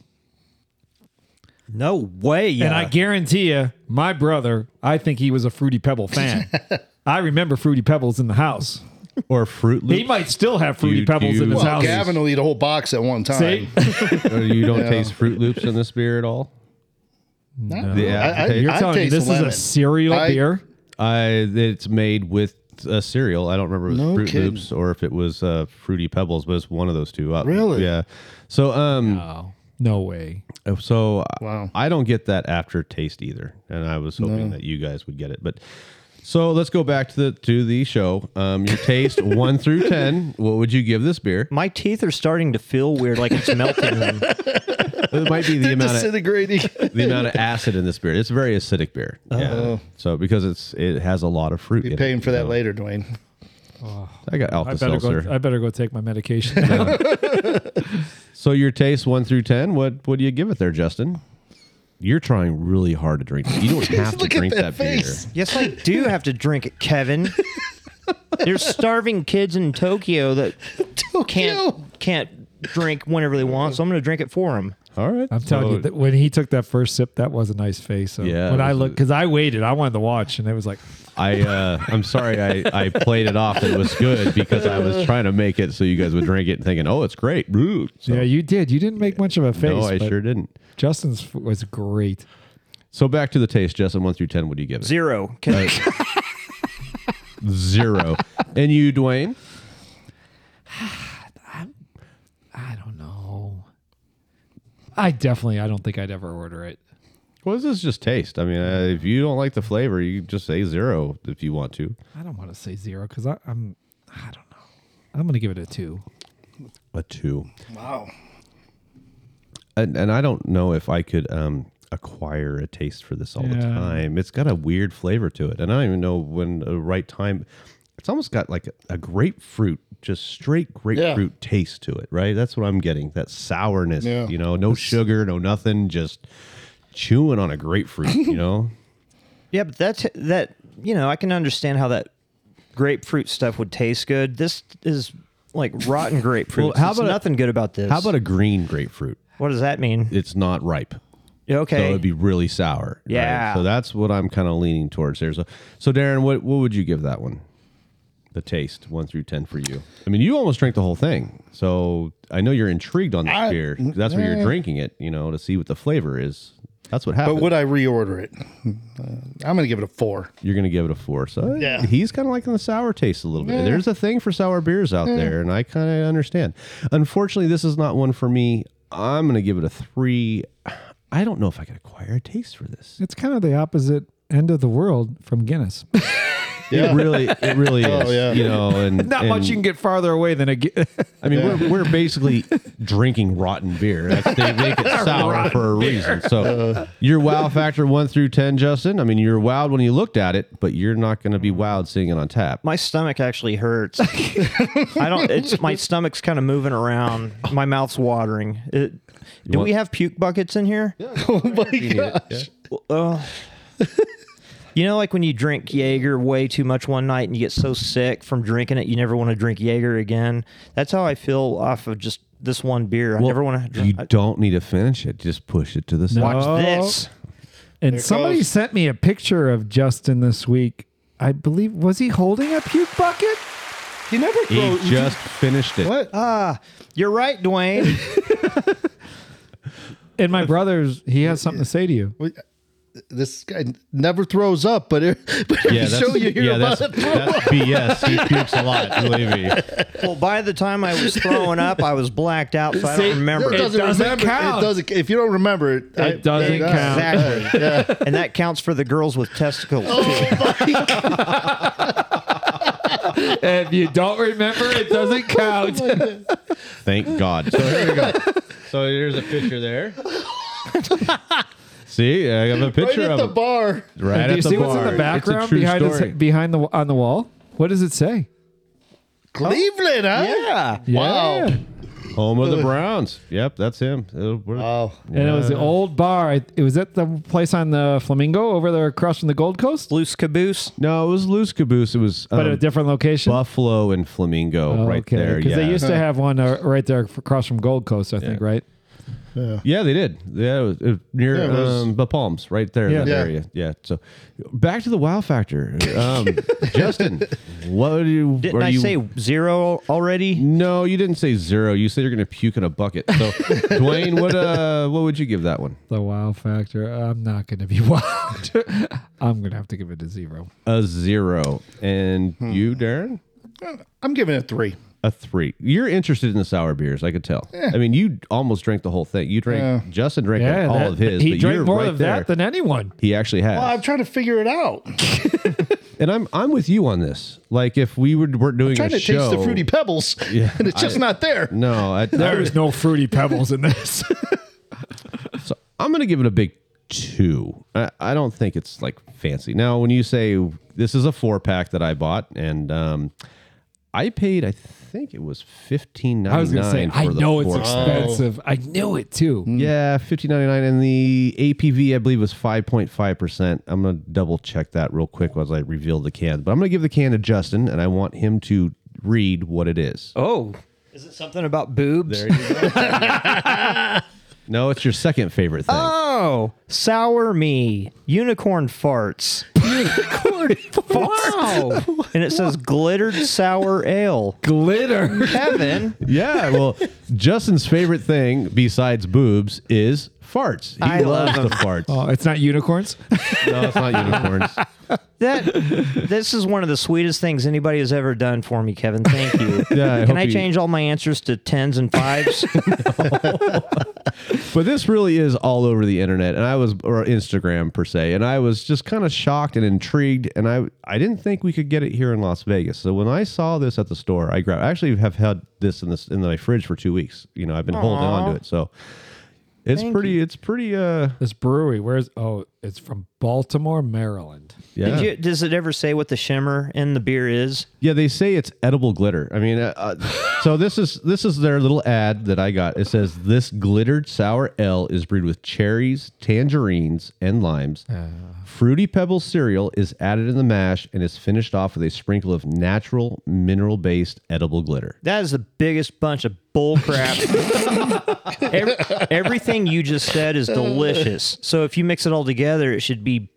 S7: No way.
S5: And I guarantee you, my brother, I think he was a Fruity Pebble fan. I remember Fruity Pebbles in the house.
S4: Or fruit
S5: He
S4: loops?
S5: might still have Fruity
S4: You
S5: Pebbles in
S4: do-
S5: his
S4: Well,
S5: house.
S6: Gavin will eat a whole box at one time.
S5: See?
S4: Or you don't taste fruit loops in this beer at all?
S6: No.
S4: The aftertaste?
S5: You're telling me
S6: taste
S5: this
S6: lemon.
S5: is a cereal
S6: I-
S5: beer?
S4: I it's made with a cereal. I don't remember if it was
S6: No
S4: Fruit
S6: kidding.
S4: Loops or if it was uh, Fruity Pebbles, but it's one of those two. Uh,
S6: Really?
S4: Yeah. So um,
S5: Oh, no way.
S4: Uh, so
S6: Wow.
S4: I don't get that aftertaste either, and I was hoping that you guys would get it, but. So let's go back to the to the show. Um, your taste one through ten. What would you give this beer?
S7: My teeth are starting to feel weird, like it's melting them.
S4: It might be the amount of,
S6: Disintegrating.
S4: the amount of acid in this beer. It's a very acidic beer. Yeah. So because it's it has a lot of fruit.
S6: Be
S4: in
S6: Uh-huh. paying
S4: it,
S6: for that
S4: so-
S6: later, Dwayne.
S4: I got Alka
S5: I better
S4: Seltzer.
S5: go I better go take my medication. now.
S4: So your taste one through ten. What what do you give it there, Justin? You're trying really hard to drink. it. You don't have to
S6: Look at
S4: drink that,
S6: that face.
S4: beer.
S7: Yes, I do have to drink it, Kevin. There's starving kids in Tokyo that can't can't drink whenever they want, so I'm going to drink it for them.
S4: All right,
S5: I'm telling you, that when he took that first sip, that was a nice face. So
S4: Yeah,
S5: when
S4: it
S5: I
S4: was a-
S5: looked, because I waited, I wanted to watch, and it was like,
S4: I uh, I'm sorry. I, I played it off. It was good because I was trying to make it so you guys would drink it, and thinking, oh, it's great. Ooh. So,
S5: yeah, you did. You didn't make much of a face.
S4: no, I
S5: but
S4: sure didn't.
S5: Justin's f- was great.
S4: So back to the taste, Justin. One through ten. What do you give it?
S7: Zero. Can I-
S4: Zero. and you, Dwayne?
S5: I don't know. I definitely, I don't think I'd ever order it.
S4: Well, this is just taste. I mean, uh, if you don't like the flavor, you just say zero if you want to.
S5: I don't want to say zero because I'm, I don't know. I'm gonna give it a two.
S4: A two.
S6: Wow.
S4: and, and I don't know if I could um, acquire a taste for this all the
S5: Yeah.
S4: time. It's got a weird flavor to it, and I don't even know when the right time. It's almost got like a, grapefruit, just straight grapefruit taste to it, right? That's what I'm getting. That sourness,
S6: Yeah.
S4: you know, no sugar, no nothing, just chewing on a grapefruit, you know.
S7: Yeah, but that's that. You know, I can understand how that grapefruit stuff would taste good. This is like rotten grapefruit.
S4: Well, how
S7: There's
S4: about a-
S7: nothing good about this?
S4: How about a green grapefruit?
S7: what does that mean?
S4: It's not ripe. So
S7: Okay,
S4: it'd be really sour. right?
S7: Yeah.
S4: So that's what I'm kind of leaning towards there. So, so Darren, what, what would you give that one? The taste, one through 10 for you. I mean, you almost drank the whole thing. So I know you're intrigued on this
S6: I-
S4: beer. That's why you're
S6: eh.
S4: drinking it, you know, to see what the flavor is. That's what
S6: But
S4: happened.
S6: would I reorder it? Uh, I'm going to give it a four.
S4: you're going to give it a four. So
S6: Yeah.
S4: he's kind of liking the sour taste a little bit. There's a thing for sour beers out there, and I kind of understand. Unfortunately, this is not one for me. I'm going to give it a three. I don't know if I could acquire a taste for this.
S5: It's kind of the opposite end of the world from Guinness.
S4: It really, it really is.
S6: Oh, yeah.
S4: You know, and
S5: Not
S4: and-
S5: much you can get farther away than a. Gu-
S4: I mean, we're, we're basically drinking rotten beer. That's, they make it sour for a reason. So,
S6: Uh.
S4: your wow factor one through ten, Justin. I mean, you're wowed when you looked at it, but you're not going to be wowed seeing it on tap.
S7: my stomach actually hurts. I don't. It's my stomach's kind of moving around. My mouth's watering. It, do
S4: want-
S7: we have puke buckets in here?
S4: Yeah.
S7: Oh, You know, like when you drink Jaeger way too much one night and you get so sick from drinking it, you never want to drink Jaeger again. That's how I feel off of just this one beer. I never want to
S4: You Oh.
S7: drink.
S4: don't need to finish it. Just push it to the side.
S7: Watch this.
S5: And
S6: There it
S5: somebody
S6: goes.
S5: sent me a picture of Justin this week. I believe was he holding a puke bucket?
S6: You never
S4: He
S6: go.
S4: just finished it.
S6: what?
S7: You're right, Dwayne.
S5: And my brother's he has something to say to you.
S6: this guy never throws up, but, it, but every show you hear about it.
S4: that's, that's BS. He pukes a lot, believe me.
S7: well, by the time I was throwing up, I was blacked out, so I
S5: See,
S7: don't remember.
S6: It doesn't,
S5: doesn't
S6: remember.
S5: count.
S6: It doesn't. If you don't remember it, I-
S5: It doesn't
S6: yeah,
S5: count.
S7: Exactly. And that counts for the girls with testicles. too.
S4: Oh,
S5: if you don't remember, it doesn't count.
S4: Thank God. So here we go. So here's a picture there. See, I have a
S6: Right
S4: picture
S6: at the
S4: of him.
S6: bar.
S4: Right
S5: Do
S4: at
S5: you
S4: the
S5: see
S4: bar.
S5: what's in the
S4: It's a
S5: background
S4: true
S5: behind
S4: story.
S5: his, behind the on the wall? What does it say?
S6: Cleveland, huh?
S7: yeah.
S6: Wow.
S5: Yeah.
S4: Home of the Browns. Yep, that's him. Uh, what-
S6: Wow.
S5: And it was the old bar. It it was at the place on the Flamingo over there across from the Gold Coast,
S7: Loose caboose.
S4: No, it was Loose Caboose. It was
S5: but
S4: um,
S5: at a different location.
S4: Buffalo and Flamingo
S5: Oh,
S4: right there.
S5: Because
S4: Yeah.
S5: they used to have one uh, right there f- across from Gold Coast, I think, right?
S4: yeah, they did. Yeah, it was, it was near
S6: Yeah, it was-
S4: um, the Palms, right there
S5: Yeah.
S4: in that
S6: Yeah.
S4: area. Yeah. So back to the wow factor. Um, Justin, what do you.
S7: Didn't
S4: are
S7: I
S4: you,
S7: say zero already?
S4: No, you didn't say zero. You said you're going to puke in a bucket. So, Dwayne, what uh, what would you give that one?
S5: The wow factor. I'm not going to be wowed. I'm going to have to give it a zero.
S4: A zero. And
S6: Hmm.
S4: you, Darren,
S6: I'm giving it three.
S4: a three. You're interested in the sour beers. I could tell. I mean, you almost drank the whole thing. You drank.
S6: Yeah.
S4: Justin drank all
S5: that-
S4: of his.
S5: He
S4: but
S5: drank
S4: you're
S5: more
S4: right
S5: of
S4: there.
S5: that than anyone.
S4: he actually has.
S6: Well, I'm trying to figure it out.
S4: and I'm I'm with you on this. Like if we were, were doing
S6: trying
S4: a
S6: to
S4: show,
S6: taste the fruity pebbles,
S4: Yeah,
S6: and it's just
S4: I-
S6: not there.
S4: No, I, there is.
S5: no fruity pebbles in this.
S4: So I'm gonna give it a big two. I, I don't think it's like fancy. Now, when you say this is a four pack that I bought, and um, I paid, I think it was fifteen
S5: I was
S4: ninety
S5: going to say,
S4: nine.
S5: I know it's
S4: four pack.
S5: expensive. I knew it too.
S4: Yeah, fifteen ninety nine, and the APV I believe was five point five percent. I'm gonna double check that real quick as I reveal the can. But I'm gonna give the can to Justin, and I want him to read what it is.
S7: Oh. Is it something about boobs?
S4: No, it's your second favorite thing.
S7: Oh, sour me, unicorn farts. Wow. and it says glittered sour ale.
S5: Glitter.
S7: Kevin,
S4: yeah, well, Justin's favorite thing besides boobs is farts. He
S7: I
S4: loves
S7: love
S4: the farts.
S5: Oh, it's not unicorns?
S4: No, it's not unicorns.
S7: that this is one of the sweetest things anybody has ever done for me, Kevin. Thank you.
S4: Yeah, I
S7: Can
S4: hope
S7: I
S4: you-
S7: change all my answers to tens and fives?
S4: But this really is all over the internet, and I was or Instagram per se, and I was just kind of shocked and intrigued, and I I didn't think we could get it here in Las Vegas. So when I saw this at the store, I grabbed. I actually have had this in this in my fridge for two weeks. You know, I've been holding on to it, so it's pretty. It's pretty. Uh,
S5: this brewery, where's, oh, it's from Baltimore, Maryland.
S4: yeah.
S7: Did you, does it ever say what the shimmer in the beer is?
S4: Yeah, they say it's edible glitter. I mean, uh, uh, so this is this is their little ad that I got. It says this glittered sour L is brewed with cherries, tangerines, and limes. Fruity Pebbles cereal is added in the mash and is finished off with a sprinkle of natural mineral-based edible glitter.
S7: That is the biggest bunch of bull crap. Every- everything you just said is delicious. So if you mix it all together, it should be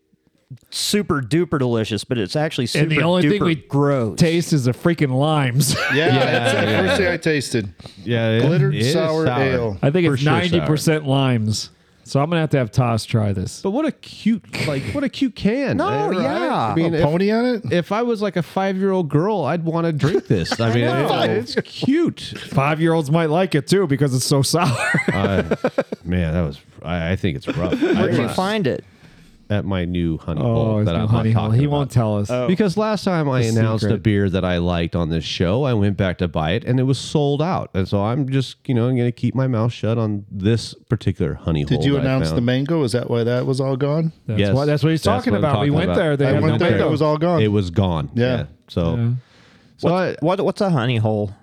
S7: super duper delicious, but it's actually super
S5: And the only
S7: duper
S5: thing we
S7: gross.
S5: taste is the freaking limes.
S6: Yeah, that's the first thing I tasted.
S4: Yeah,
S6: Glittered sour ale.
S5: I think
S4: For
S5: it's
S4: sure
S5: ninety
S4: sour.
S5: percent limes. So I'm gonna have to have Toss try this.
S4: But what a cute like what a cute can. No,
S7: yeah.
S4: I mean,
S6: A
S4: if-
S6: pony on it?
S4: if I was like a five-year-old girl, I'd want to drink this. I mean, it- it's cute.
S5: Five year olds might like it too because it's so sour.
S4: Man, that was. I, I think it's rough.
S7: Where did you
S4: I,
S7: find it?
S4: at my new honey
S5: oh,
S4: hole
S5: it's
S4: that
S5: no
S4: I'm
S5: honey
S4: honey
S5: hole. He won't tell us.
S6: Oh.
S4: Because last time I announced a
S5: secret.
S4: beer that I liked on this show, I went back to buy it and it was sold out. And so I'm just, you know, I'm going to keep my mouth shut on this particular honey hole.
S6: Did you
S4: that I
S6: announce the
S4: found.
S6: mango? Is that why that was all gone?
S5: That's,
S4: Yes,
S5: what, that's what he's
S4: that's
S5: talking
S4: what I'm
S5: about. we
S4: talking
S5: went
S4: about.
S5: there. They
S6: I
S5: have
S6: went
S5: no
S6: there.
S5: mango.
S6: It was all gone.
S4: It was gone. Yeah.
S6: Yeah.
S4: So, so I,
S7: What, what's a honey hole?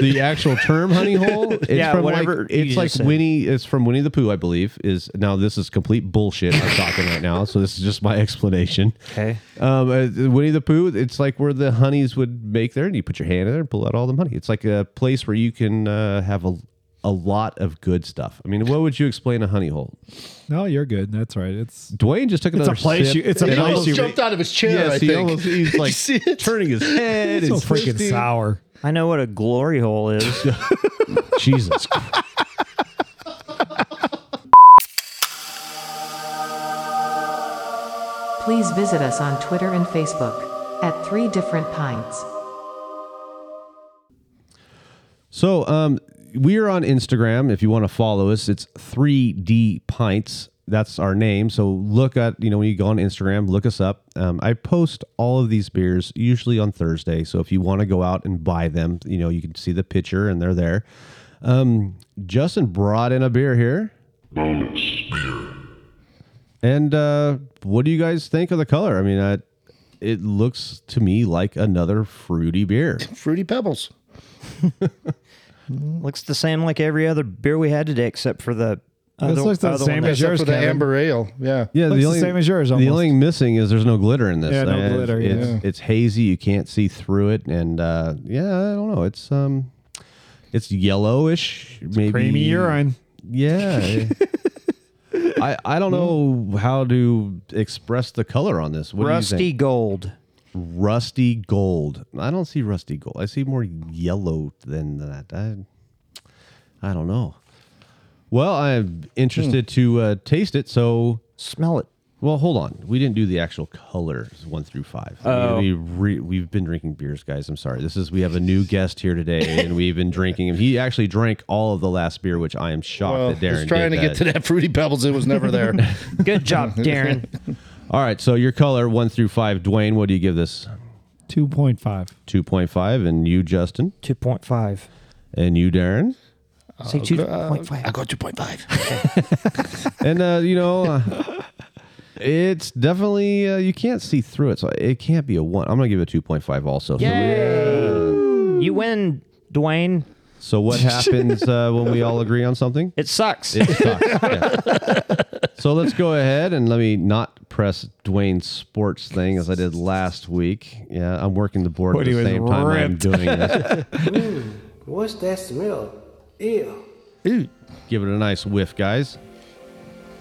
S4: the actual term honey hole it's
S7: Yeah,
S4: from
S7: whatever
S4: like
S7: you
S4: it's like
S7: just said.
S4: winnie it's from winnie the pooh i believe is now this is complete bullshit i'm talking right now so this is just my explanation
S7: Okay.
S4: um uh, winnie the pooh it's like where the honeys would make there and you put your hand in there and pull out all the honey it's like a place where you can uh, have a a lot of good stuff. I mean, what would you explain a honey hole?
S5: No, you're good. That's right. It's
S4: Dwayne just took
S5: a
S4: another
S5: place
S4: sip
S5: you- it's a
S4: and
S5: place
S4: almost
S5: you-
S6: jumped out of his chair,
S4: Yes,
S6: I
S4: he
S6: think.
S4: almost- he's
S6: you
S4: like
S6: see it?
S4: turning his head.
S5: so
S4: it's
S5: freaking sour.
S7: I know what a glory hole is.
S4: Jesus
S8: Please visit us on Twitter and Facebook at Three Different Pints.
S4: So um, we are on Instagram. If you want to follow us, it's 3D Pints. That's our name. So look at, you know, when you go on Instagram, look us up. Um, I post all of these beers usually on Thursday. So if you want to go out and buy them, you know, you can see the picture and they're there. Um, Justin brought in a beer here. And uh, what do you guys think of the color? I mean, I, it looks to me like another fruity beer.
S6: Fruity Pebbles.
S7: Looks the same like every other beer we had today, except for the.
S5: This
S7: other-
S5: looks the
S7: other
S5: same
S7: one
S5: as
S7: that-
S5: yours,
S6: Except for the
S5: Kevin.
S6: amber ale. Yeah.
S4: Yeah,
S5: Looks the same as yours,
S4: The
S5: almost.
S4: only thing missing is there's no glitter in this.
S5: Yeah, no
S4: Uh,
S5: glitter,
S4: It's,
S5: yeah.
S4: it's hazy. You can't see through it, and uh, yeah, I don't know. It's um, it's yellowish. maybe
S5: Creamy urine.
S4: Yeah. I I don't know how to express the color on this. What Do
S7: Rusty
S4: you think?
S7: gold.
S4: Rusty gold. I don't see rusty gold. I see more yellow than that. I I don't know. Well, I'm interested
S5: Hmm.
S4: to uh, taste it. So
S7: Smell it.
S4: well, hold on. We didn't do the actual colors one through five.
S6: Oh.
S4: We, we re, we've been drinking beers, guys. I'm sorry. This is we have a new guest here today, and we've been drinking him. He actually drank all of the last beer, which I am shocked
S6: Well,
S4: that Darren
S6: just trying to
S4: did
S6: get to
S4: that.
S6: that Fruity Pebbles. It was never there.
S7: Good job, Darren.
S4: All right, so your color one through five, Dwayne. What do you give this?
S5: Two point five.
S4: Two point five, and you, Justin,
S7: Two point five.
S4: and you, Darren.
S5: Uh,
S7: Say two point five.
S6: got 2.5.
S4: and uh, you know, uh, it's definitely uh, you can't see through it, so it can't be a one. I'm gonna give it two point five also. So
S7: You win, Dwayne.
S4: So what happens uh, when we all agree on something?
S7: It sucks.
S4: It sucks. yeah. So let's go ahead and let me not press Dwayne's sports thing as I did last week. Yeah, I'm working the board
S5: When
S4: at
S5: he
S4: the
S5: was
S4: same time I'm
S5: ripped.
S4: doing this.
S9: What's that smell? Ew.
S4: Give it a nice whiff, guys.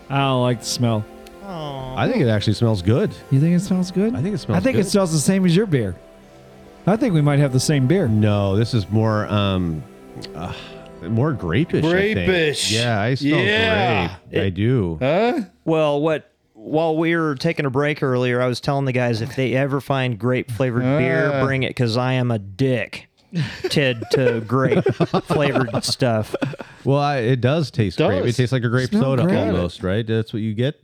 S5: I don't like the smell.
S4: I think it actually smells good.
S5: You think it smells good?
S4: I think it smells
S5: I think
S4: good.
S5: it smells the same as your beer. I think we might have the same beer.
S4: No, this is more um uh, more grapeish. I think.
S6: Grapeish.
S4: Yeah, I smell
S6: Yeah.
S4: grape. I do.
S7: Well, what while we were taking a break earlier, I was telling the guys if they ever find grape flavored beer, bring it because I am a dick. Ted to grape flavored stuff.
S4: well, I, it does taste
S6: Does.
S4: grape. It tastes like a grape
S5: Smell
S4: soda
S5: grape.
S4: almost, right? That's what you get.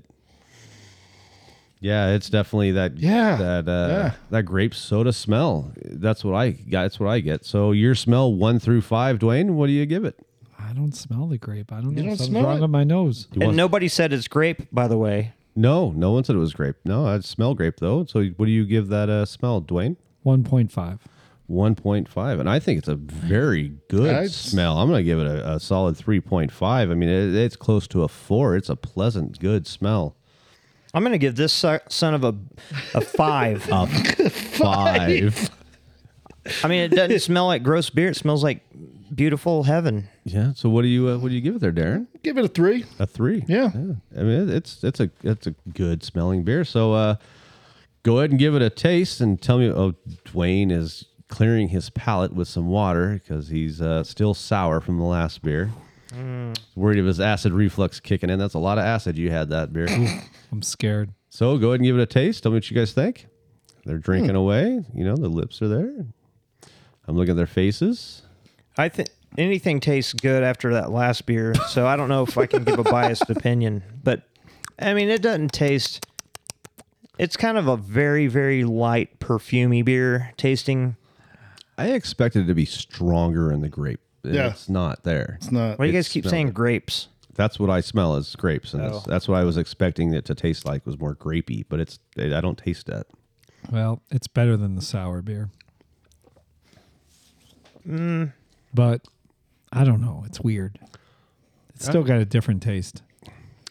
S4: Yeah, it's definitely that.
S6: Yeah.
S4: that uh,
S6: Yeah.
S4: that grape soda smell. That's what I got. That's what I get. So your smell one through five, Dwayne. What do you give it?
S5: I don't smell the grape. I don't know.
S6: don't
S5: Something's
S6: smell
S5: wrong
S6: it?
S5: with my nose.
S7: And nobody said it's grape, by the way.
S4: No, no one said it was grape. No, I smell grape though. So what do you give that uh, smell, Dwayne?
S5: One point five.
S4: 1.5 and i think it's a very good
S6: I'd-
S4: smell i'm gonna give it a, a solid 3.5 i mean it, it's close to a four it's a pleasant good smell
S7: I'm gonna give this su- son of a a five.
S4: five
S7: I mean, it doesn't smell like gross beer. It smells like beautiful heaven.
S4: yeah so what do you uh, what do you give it there darren
S6: Give it a three.
S4: a three
S6: Yeah.
S4: i mean it, it's it's a it's a good smelling beer so uh go ahead and give it a taste and tell me oh dwayne is clearing his palate with some water because he's uh, still sour from the last beer worried of his acid reflux kicking in that's a lot of acid you had that beer
S5: I'm scared.
S4: So go ahead and give it a taste. Tell me what you guys think. They're drinking away. You know, the lips are there. I'm looking at their faces.
S7: I think anything tastes good after that last beer, so I don't know if I can give a biased opinion. But I mean, it doesn't taste. It's kind of a very very light perfumey beer tasting.
S4: I expected it to be stronger in the grape.
S6: Yeah.
S4: It's not there.
S6: It's not.
S7: Why do you guys keep
S4: smells
S7: saying
S4: it.
S7: grapes?
S4: That's what I smell is grapes. And
S6: Oh.
S4: that's, that's what I was expecting it to taste like was more grapey, but it's I don't taste that.
S5: Well, it's better than the sour beer.
S6: Mm.
S5: But I don't know. It's weird. It's still got a different taste.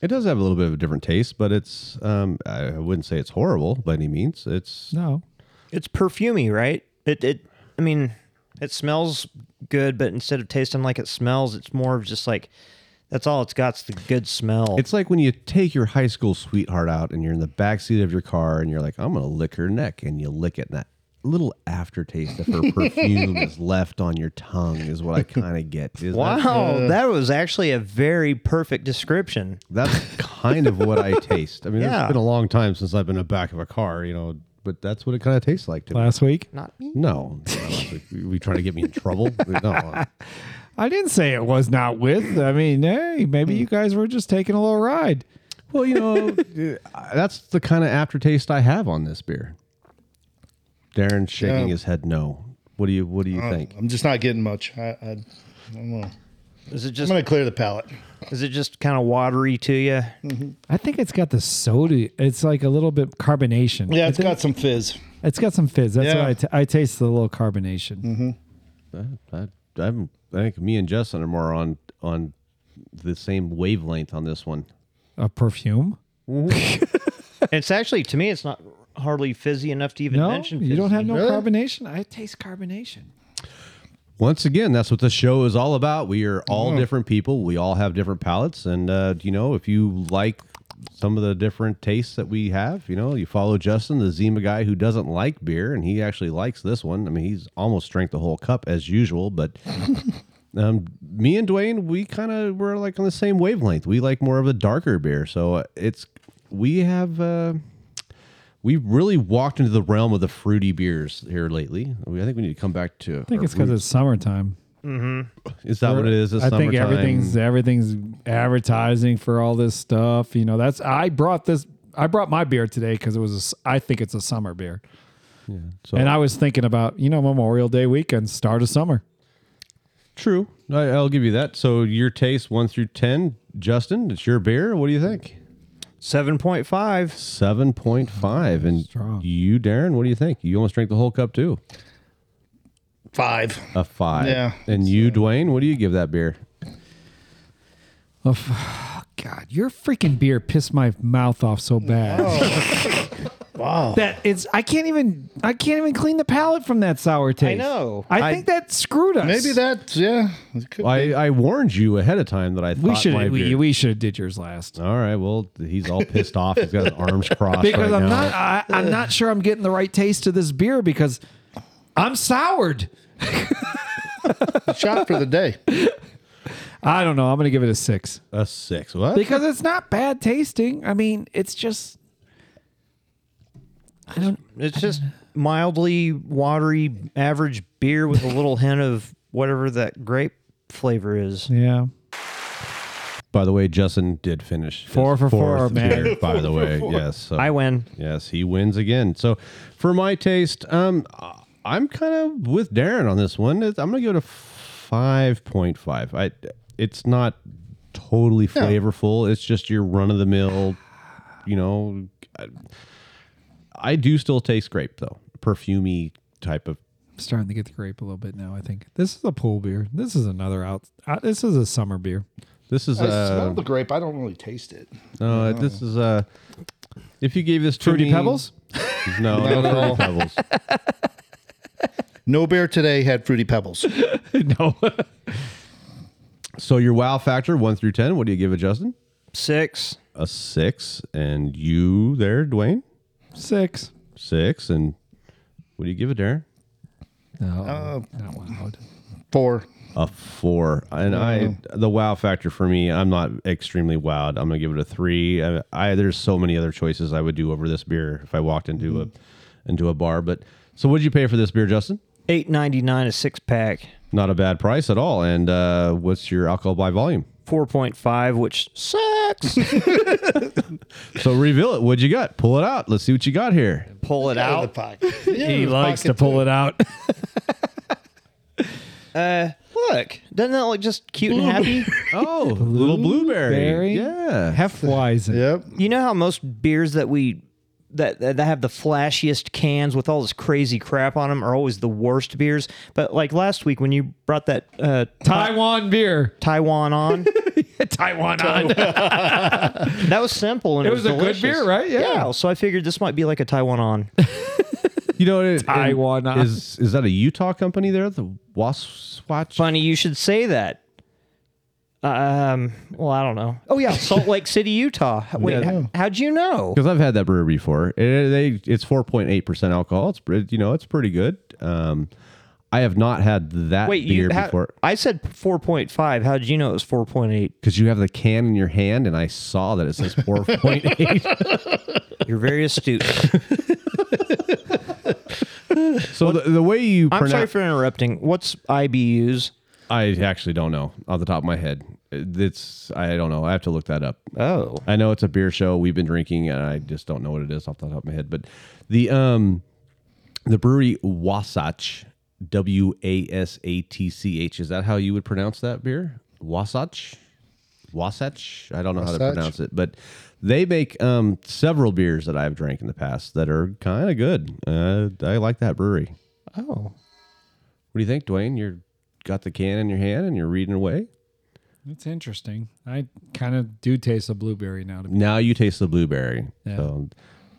S4: It does have a little bit of a different taste, but it's um, I I wouldn't say it's horrible by any means. It's
S5: No.
S7: It's perfumy, right? It it I mean, it smells good, but instead of tasting like it smells, it's more of just like that's all it's got's the good smell.
S4: it's like when you take your high school sweetheart out and you're in the backseat of your car and you're like, I'm gonna lick her neck, and you lick it, and that little aftertaste of her perfume is left on your tongue is what I kind of get. Is that-
S7: wow,
S4: uh,
S7: that was actually a very perfect description.
S4: that's kind of what I taste. I mean,
S7: Yeah.
S4: it's been a long time since I've been in the back of a car, you know, but that's what it kind of tastes like to me.
S5: Last week?
S7: Not me.
S4: No, we, we trying to get me in trouble? No, uh,
S5: I didn't say it was not with. I mean, hey, maybe you guys were just taking a little ride.
S4: Well, you know, uh, that's the kind of aftertaste I have on this beer. Darren's shaking
S6: Yeah.
S4: his head no. What do you What do you think?
S6: I'm just not getting much. I, I, I'm gonna,
S7: Is it
S6: I'm
S7: just
S6: gonna clear the palate.
S7: is it just kind of watery to you?
S5: I think it's got the soda. It's like a little bit carbonation.
S6: Yeah,
S5: I
S6: it's
S5: think-
S6: got some fizz.
S5: it's got some fizz. That's
S6: Yeah. Mm-hmm.
S5: why I, t- I taste the little carbonation.
S4: Uh, I, I'm, I think me and Justin are more on on the same wavelength on this one.
S5: A perfume?
S7: it's actually to me it's not hardly fizzy enough to even
S5: No,
S7: mention
S5: you don't
S7: fizzy.
S5: have no
S6: Really?
S5: carbonation. I taste carbonation.
S4: Once again, that's what the show is all about. We are all different people. We all have different palates, and uh, you know, if you like some of the different tastes that we have, you know, you follow Justin, the Zima guy who doesn't like beer, and he actually likes this one. I mean, he's almost drank the whole cup as usual, but. Um, me and Dwayne, we kind of were like on the same wavelength. We like more of a darker beer, so uh, it's we have uh, we really walked into the realm of the fruity beers here lately. We, I think we need to come back to.
S5: I think it's because it's summertime.
S4: Is that what it is? It's
S5: I think
S4: summertime.
S5: everything's everything's advertising for all this stuff. You know, that's I brought this. I brought my beer today because it was. A, s- I think it's a summer beer,
S4: so,
S5: and I was thinking about you know Memorial Day weekend, start of summer.
S4: true. I, I'll give you that. So your taste one through ten, Justin. It's your beer. What do you think?
S7: 7.5.
S4: Seven point five. And
S5: Strong.
S4: you, Darren, what do you think? You almost drank the whole cup too.
S6: Five.
S4: A five.
S6: Yeah.
S4: And you,
S5: uh,
S4: Dwayne, what do you give that beer?
S5: Oh, f- God, your freaking beer pissed my mouth off so bad
S6: Wow.
S5: that it's. I can't even. I can't even clean the palate from that sour taste.
S7: know.
S5: I,
S7: I-
S5: think that screwed us.
S6: Maybe that's yeah. It could be.
S4: I, I warned you ahead of time that I thought
S5: we
S4: my
S5: should. We,
S4: beer-
S5: we should have did yours last.
S4: All right. Well, he's all pissed off. He's got his arms crossed
S5: because
S4: right
S5: I'm
S4: now.
S5: not I, I'm not sure I'm getting the right taste to this beer because I'm soured.
S6: Shot for the day.
S5: I don't know. I'm gonna give it a six
S4: a six. What?
S5: because it's not bad tasting. I mean, it's just I don't.
S7: It's just mildly watery average beer with a little hint of whatever that grape flavor is.
S5: Yeah,
S4: By the way, Justin did finish his
S5: Four for four,
S4: fourth
S5: man.
S4: beer, by the way, yes. so-
S7: I win.
S4: Yes, he wins again. So, for my taste, um, I'm kind of with Darren on this one. It- I'm gonna give it a five point five. I, it's not totally flavorful. It's just your run of the mill. You know, I, I do still taste grape though, perfumey type of.
S5: I'm starting to get the grape a little bit now. I think this is a pool beer. This is another out. Uh, this is a summer beer.
S4: This is
S6: I smell
S4: uh,
S6: the grape. I don't really taste it.
S4: no, this is uh, if you gave this to
S5: Fruity
S4: me-
S5: Pebbles.
S4: no, no
S6: Not at
S4: fruity
S6: all.
S4: pebbles.
S6: No beer today had fruity pebbles.
S5: no,
S4: So your wow factor one through ten. What do you give it, Justin?
S7: Six.
S4: A six, and you there, Dwayne?
S5: six.
S4: Six, and what do you give it, Darren?
S5: No, not loud.
S6: Four.
S4: A four. And I, the wow factor for me, I'm not extremely wowed. I'm gonna give it a three. I, I there's so many other choices I would do over this beer if I walked into a into a bar. But so, what did you pay for this beer, Justin?
S7: Eight ninety nine a six pack.
S4: Not a bad price at all. And uh, what's your alcohol by volume?
S7: Four point five, which sucks.
S4: So reveal it. What'd you got? Pull it out. Let's see what you got here.
S7: Pull it
S6: Out of
S7: out.
S6: the pocket. Yeah,
S5: He likes to pull it out.
S7: Look. Doesn't that look just cute and happy?
S4: Oh, little blueberry.
S5: Berry.
S4: Yeah.
S5: Hefeweizen.
S6: Yep.
S7: You know how most beers that we that, that that have the flashiest cans with all this crazy crap on them are always the worst beers. But like last week when you brought that uh, Ti-
S5: Taiwan beer.
S7: Taiwan on,
S5: Taiwan on.
S7: that was simple and it,
S5: It was a good
S7: delicious.
S5: beer, right? Yeah.
S7: So I figured this might be like a Taiwan on.
S4: You know what? It,
S5: Taiwan.
S4: it- is is that a Utah company there? The Wasatch.
S7: Funny you should say that. Um. Well, I don't know. Oh yeah, Salt Lake City, Utah. Wait,
S4: Yeah.
S7: h- how'd you know?
S4: Because I've had that brewery before. It- they it's four point eight percent alcohol. It's pre- you know it's pretty good. Um, I have not had that
S7: Wait,
S4: beer
S7: you how-
S4: before
S7: I said four point five. How'd you know it was four point eight?
S4: because you have the can in your hand, and I saw that it says four point eight.
S7: You're very astute.
S4: So the, the way you
S7: I'm sorry
S4: pronounce,
S7: for interrupting. What's IBUs?
S4: I actually don't know off the top of my head. It's I don't know. I have to look that up.
S7: Oh,
S4: I know it's a beer show. We've been drinking, and I just don't know what it is off the top of my head. But the um, the brewery Wasatch, W A S A T C H. Is that how you would pronounce that beer? Wasatch, Wasatch. I don't know how to
S6: Wasatch.
S4: pronounce it, but they make um several beers that I've drank in the past that are kind of good. Uh, I like that brewery.
S7: oh,
S4: What do you think, Dwayne? You're got the can in your hand and you're reading away.
S5: That's interesting. I kind of do taste a blueberry now. To be.
S4: Now you taste the blueberry.
S5: Yeah.
S4: So,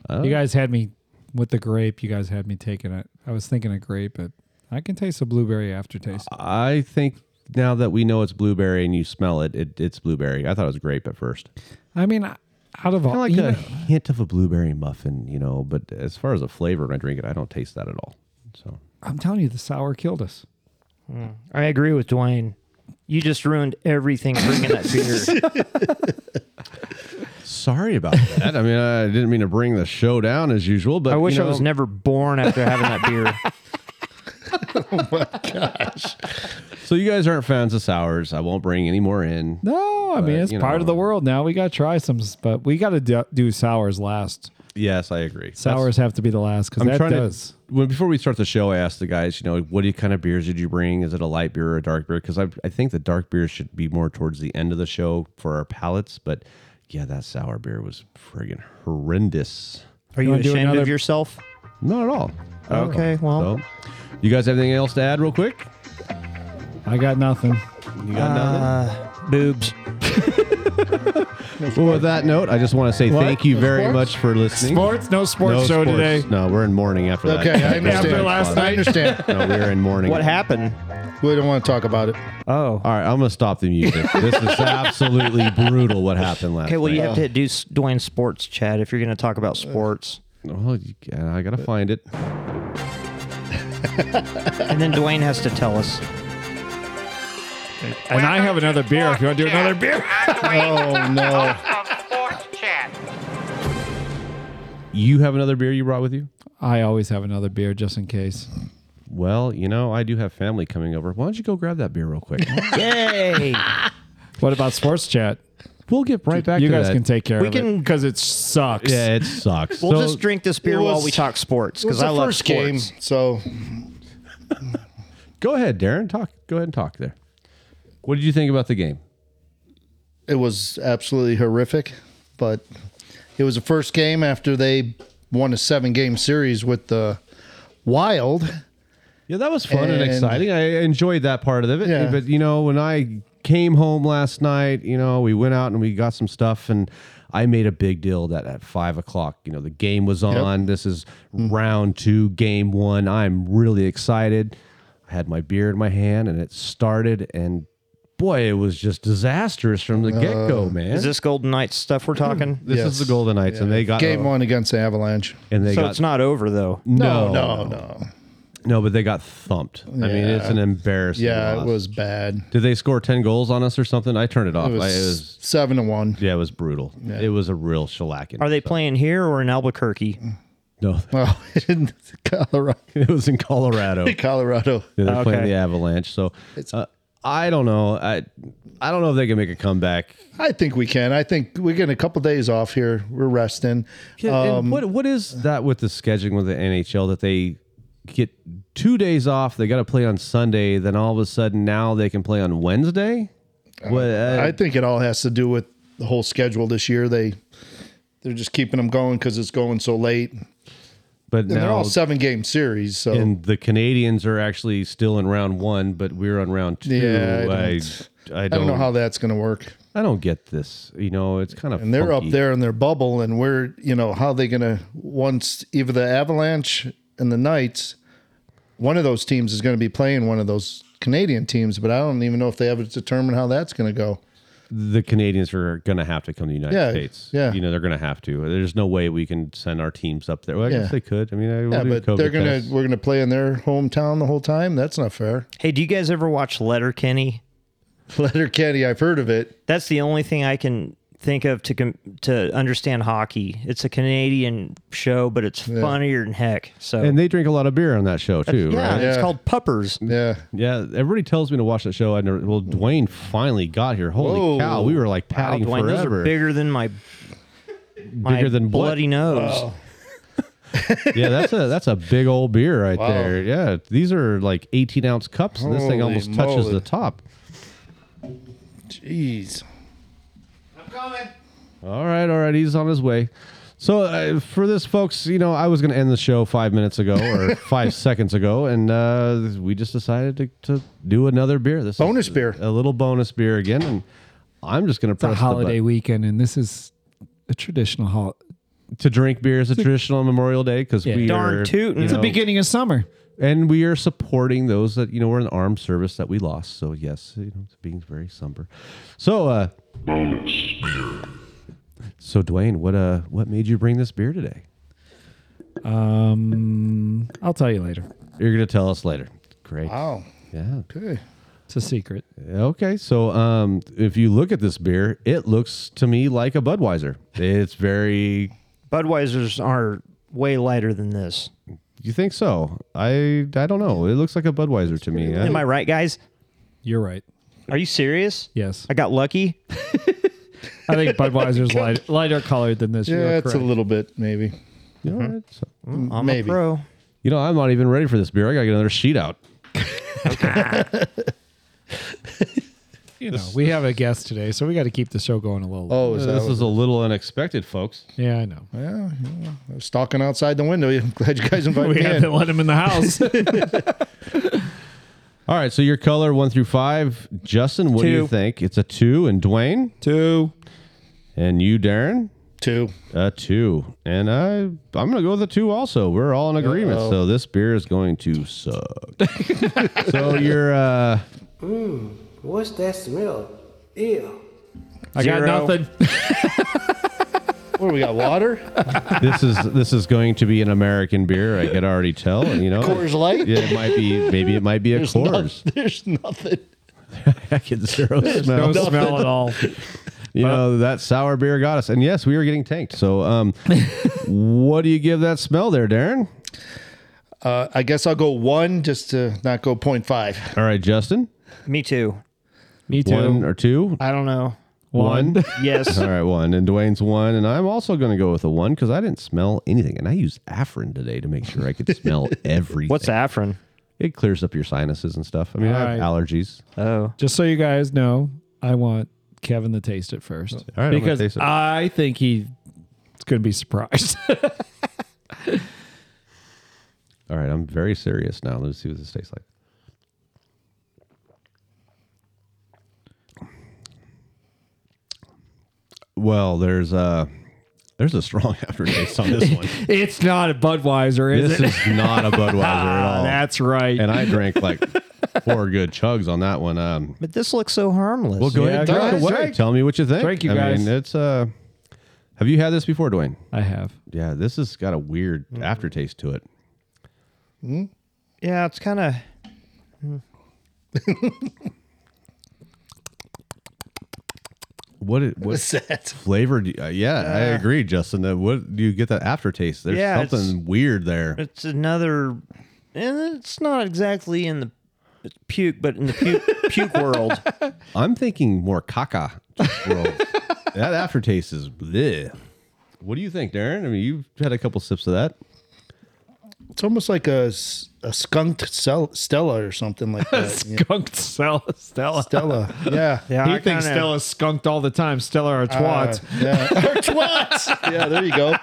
S4: Oh.
S5: You guys had me with the grape. You guys had me taking it. I was thinking of grape, but I can taste a blueberry aftertaste.
S4: I think now that we know it's blueberry and you smell it, it it's blueberry. I thought it was grape at first.
S5: I mean, I- out of all,
S4: Kind of like
S5: you
S4: a
S5: know-
S4: hint of a blueberry muffin, you know, but as far as a flavor when I drink it, I don't taste that at all. So
S5: I'm telling you, the sour killed us.
S7: I agree with Dwayne. You just ruined everything drinking that beer.
S4: sorry about that. I mean, I didn't mean to bring the show down as usual, but
S7: I wish
S4: you know,
S7: I was never born after having that beer.
S4: So you guys aren't fans of sours. I won't bring any more in.
S5: No, I mean, it's
S4: Oh, you
S5: part of
S4: know.
S5: the world now. We got to try some, s- but we got to do, do sours last.
S4: Yes, I agree. That's-
S5: Sours have to be the last because
S4: I'm
S5: that
S4: trying
S5: does.
S4: to. When, before we start the show, I asked the guys, you know, what do you- kind of beers did you bring? Is it a light beer or a dark beer? Because I, I think the dark beer should be more towards the end of the show for our palates. But yeah, that sour beer was friggin' horrendous.
S7: Are you
S5: wanna do
S7: ashamed
S5: another-
S7: of yourself?
S4: Not at all. Not at
S7: Okay,
S4: all.
S7: well.
S4: So, you guys have anything else to add, real quick?
S5: I got nothing.
S4: You got nothing?
S7: Boobs.
S4: Well, with that note, I just want to say
S5: What?
S4: thank you very
S6: Sports?
S4: much for listening.
S5: Sports, no sports
S4: No
S5: show
S4: sports.
S5: today.
S4: No, we're in mourning after that.
S6: Okay, I understand.
S5: After last
S6: I
S5: night.
S6: understand.
S4: No, we're in mourning.
S7: What happened?
S6: we don't want to talk about it.
S7: Oh.
S4: All right, I'm gonna stop the music. this is absolutely brutal. What happened last?
S7: Okay, well,
S4: night.
S7: you have to do s- Dwayne sports chat if you're going to talk about sports.
S4: Oh, Well, you, I gotta find it.
S7: And then Dwayne has to tell us.
S5: And I have another beer. If you want to do another beer,
S6: Oh no!
S4: You have another beer you brought with you?
S5: I always have another beer just in case.
S4: Well, you know, I do have family coming over. Why don't you go grab that beer real quick?
S7: Yay!
S5: What about sports chat?
S4: we'll get right back.
S5: you
S4: to
S5: guys
S4: that.
S5: can take care
S7: We
S5: of
S7: can-
S5: because it sucks.
S4: Yeah, it sucks.
S7: We'll
S4: So,
S7: just drink this beer
S6: It was-
S7: while we talk sports
S6: It was
S7: because I
S6: the
S7: love
S6: first
S7: sports.
S6: game, so
S4: Go ahead, Darren. Talk. Go ahead and talk there. What did you think about the game?
S6: it was absolutely horrific. But it was the first game after they won a seven-game series with the Wild.
S4: Yeah, that was fun and,
S6: And-
S4: exciting. I enjoyed that part of it.
S6: Yeah.
S4: But you know, when I came home last night, you know, we went out and we got some stuff, and I made a big deal that at five o'clock, you know, the game was on. This is
S6: Mm-hmm.
S4: round two, game one. I'm really excited. I had my beer in my hand, and it started, and boy, it was just disastrous from the get
S6: Uh,
S4: go, man.
S7: Is
S4: This,
S7: this Golden Knights stuff we're talking?
S4: is the Golden Knights, and they got
S6: Game one against the Avalanche.
S4: and they
S7: so
S4: got
S7: it's not over though.
S4: no,
S6: no, no.
S4: no, but they got thumped. I mean, it's an embarrassing.
S6: Yeah, it
S4: loss.
S6: was bad.
S4: Did they score ten goals on us or something? I turned it off.
S6: It was,
S4: I, it was
S6: seven to one.
S4: yeah, it was brutal. It was a real shellacking.
S7: Are they playing here or in Albuquerque?
S4: No,
S6: Well, in Colorado,
S4: it was in Colorado. Yeah,
S6: Colorado.
S4: they're playing
S7: Okay.
S4: the Avalanche. So uh, I don't know. I I don't know if they can make a comeback.
S6: I think we can. I think we're getting a couple days off here. We're resting.
S4: Yeah, and what what is that with the scheduling with the NHL that they get two days off? They got to play on Sunday. Then all of a sudden now they can play on Wednesday. What, uh,
S6: I think it all has to do with the whole schedule this year. They They're just keeping them going because it's going so late. And
S4: But
S6: they're
S4: now,
S6: all seven game series. So
S4: and the Canadians are actually still in round one, but we're on round two.
S6: Yeah, I
S4: I,
S6: don't-
S4: I, don't,
S6: I don't know how that's going to work.
S4: I don't get this. You know, it's kind of
S6: And they're
S4: funky.
S6: up there in their bubble, and we're, you know, how they going to, once either the Avalanche and the Knights, one of those teams is going to be playing one of those Canadian teams, but I don't even know if they ever determine how that's going to go.
S4: the Canadians are going to have to come to the United
S6: Yeah,
S4: States.
S6: yeah.
S4: You know, they're going to have to. There's no way we can send our teams up there. Well, I
S6: Yeah.
S4: guess they could. I mean, I
S6: Yeah,
S4: will do
S6: but
S4: COVID
S6: they're going
S4: tests.
S6: to, we're going to play in their hometown the whole time. That's not fair.
S7: Hey, do you guys ever watch Letterkenny?
S6: Letterkenny, I've heard of it.
S7: That's the only thing I can think of to com- to understand hockey. It's a Canadian show, but it's funnier than heck. So
S4: And they drink a lot of beer on that show, too,
S7: yeah,
S4: right?
S7: it's
S6: Yeah.
S7: called Puppers.
S6: Yeah.
S4: Yeah, everybody tells me to watch that show. I never. Well, Dwayne finally got here. Holy
S6: Whoa.
S4: cow! We were like
S7: Wow,
S4: padding
S7: Dwayne, those
S4: forever.
S7: are bigger than my my
S4: Bigger than what?
S7: bloody nose.
S4: Yeah, that's a that's a big old beer right there. Yeah, these are like eighteen ounce cups, and this thing
S6: Holy
S4: almost touches
S6: moly.
S4: the top.
S6: Jeez.
S4: All right, all right, he's on his way. So uh, for this, folks, you know, I was going to end the show five minutes ago or five seconds ago, and uh, we just decided to, to do another beer. This is
S6: Bonus beer.
S4: a little bonus beer again, and I'm just going to
S5: It's
S4: press
S5: a
S4: the
S5: holiday
S4: button.
S5: weekend, and this is a traditional holiday.
S4: to drink beer is a traditional Memorial Day because
S5: Yeah.
S4: we
S7: Darn
S4: are,
S7: tootin'.
S4: you
S7: It's a
S4: know,
S5: Beginning of summer.
S4: and we are supporting those that you know were in the armed service that we lost. So yes, you know, it's being very somber. So uh, So Dwayne, what uh, what made you bring this beer today?
S5: Um, I'll tell you later.
S4: You're gonna tell us later. Great.
S6: Wow.
S4: Yeah.
S6: Ah, Okay.
S5: It's a secret.
S4: Okay. So, um, if you look at this beer, it looks to me like a Budweiser. It's very.
S7: Budweisers are way lighter than this.
S4: You think so? I I don't know. It looks like a Budweiser to me.
S7: Am
S4: I-
S7: I right, guys?
S5: You're right.
S7: Are you serious?
S5: Yes.
S7: I got lucky.
S5: I think Budweiser's light, lighter colored than this.
S6: Yeah,
S5: You're
S6: it's a
S5: correct.
S6: little bit, maybe.
S4: you, know, it's-
S7: I'm
S6: Maybe.
S7: a pro.
S4: you know, I'm not even ready for this beer. I gotta get another sheet out.
S5: You know, we have a guest today, so we got to keep the show going a little.
S6: Oh, is
S4: Uh,
S6: that
S4: This
S6: what-
S4: is a little unexpected, folks.
S5: Yeah, I know.
S6: Yeah, yeah. I was stalking outside the window. I'm glad you guys invited
S5: We
S6: me
S5: had to
S6: in.
S5: let him in the house.
S4: All right. So your color one through five, Justin. What do you
S7: Two.
S4: think? It's a two, and Dwayne
S5: Two.
S4: and you, Darren.
S6: Two.
S4: A two, and I I'm gonna go with a two. Also, we're all in agreement.
S6: Uh-oh.
S4: So this beer is going to suck. so you're uh,
S9: What's that smell? Ew.
S5: I got
S7: Zero.
S5: nothing.
S6: What do we got? Water?
S4: this is this is going to be an American beer. I could already tell. and, You know,
S6: Coors Light?
S4: Yeah, it might be. Maybe it might be a
S6: There's, no-
S4: Coors.
S6: there's nothing.
S4: I can zero
S5: No
S4: smell.
S5: smell at all.
S4: You know that sour beer got us, and yes, we were getting tanked. So, um, what do you give that smell there, Darren?
S6: Uh, I guess I'll go one just to not go 0.5.
S4: All right, Justin,
S7: Me too.
S5: Me too.
S4: one or two?
S7: I don't know.
S4: One.
S7: Yes.
S4: All right, one. And Dwayne's one. And I'm also going to go with a one because I didn't smell anything. And I used Afrin today to make sure I could smell everything.
S7: What's Afrin?
S4: It clears up your sinuses and stuff. I mean, I have
S5: All right.
S4: allergies.
S7: Oh,
S5: Just so you guys know, I want Kevin to taste it first
S4: right, I'm gonna
S5: because
S4: taste it.
S5: I think he's going to be surprised.
S4: All right, I'm very serious now. Let's see what this tastes like. Well, there's a there's a strong aftertaste on this one.
S5: it's not a Budweiser, is
S4: this
S5: it?
S4: is not a Budweiser at
S5: Ah,
S4: all.
S5: that's right.
S4: and I drank like four good chugs on that one. Um,
S7: but this looks so harmless.
S4: Well, go
S5: Yeah,
S4: ahead,
S5: go
S4: drink
S5: ahead,
S4: away.
S5: drink.
S4: Tell me what you think.
S5: Drink, you
S4: I
S5: guys.
S4: Mean, it's uh, have you had this before, Dwayne?
S5: I have.
S4: Yeah, this has got a weird
S5: Mm-hmm.
S4: aftertaste to it.
S7: yeah, it's kind of.
S4: What it what
S6: What's that?
S4: flavor? Do you, uh, yeah, I agree, Justin. That what do you get that aftertaste? There's
S7: Yeah, it's-
S4: something weird there.
S7: It's another. And it's not exactly in the puke, but in the puke, puke world.
S4: I'm thinking more caca. world. that aftertaste is bleh. What do you think, Darren? I mean, you've had a couple sips of that.
S6: It's almost like a, s- a skunked cell, Stella or something like that. you know.
S5: skunked Stella. Stella.
S6: Stella. Yeah.
S7: Yeah,
S5: He
S7: I
S5: thinks
S7: kinda- Uh,
S5: Stella's skunked all the time. Stella are twats.
S6: Yeah. Twats. Yeah, there you go.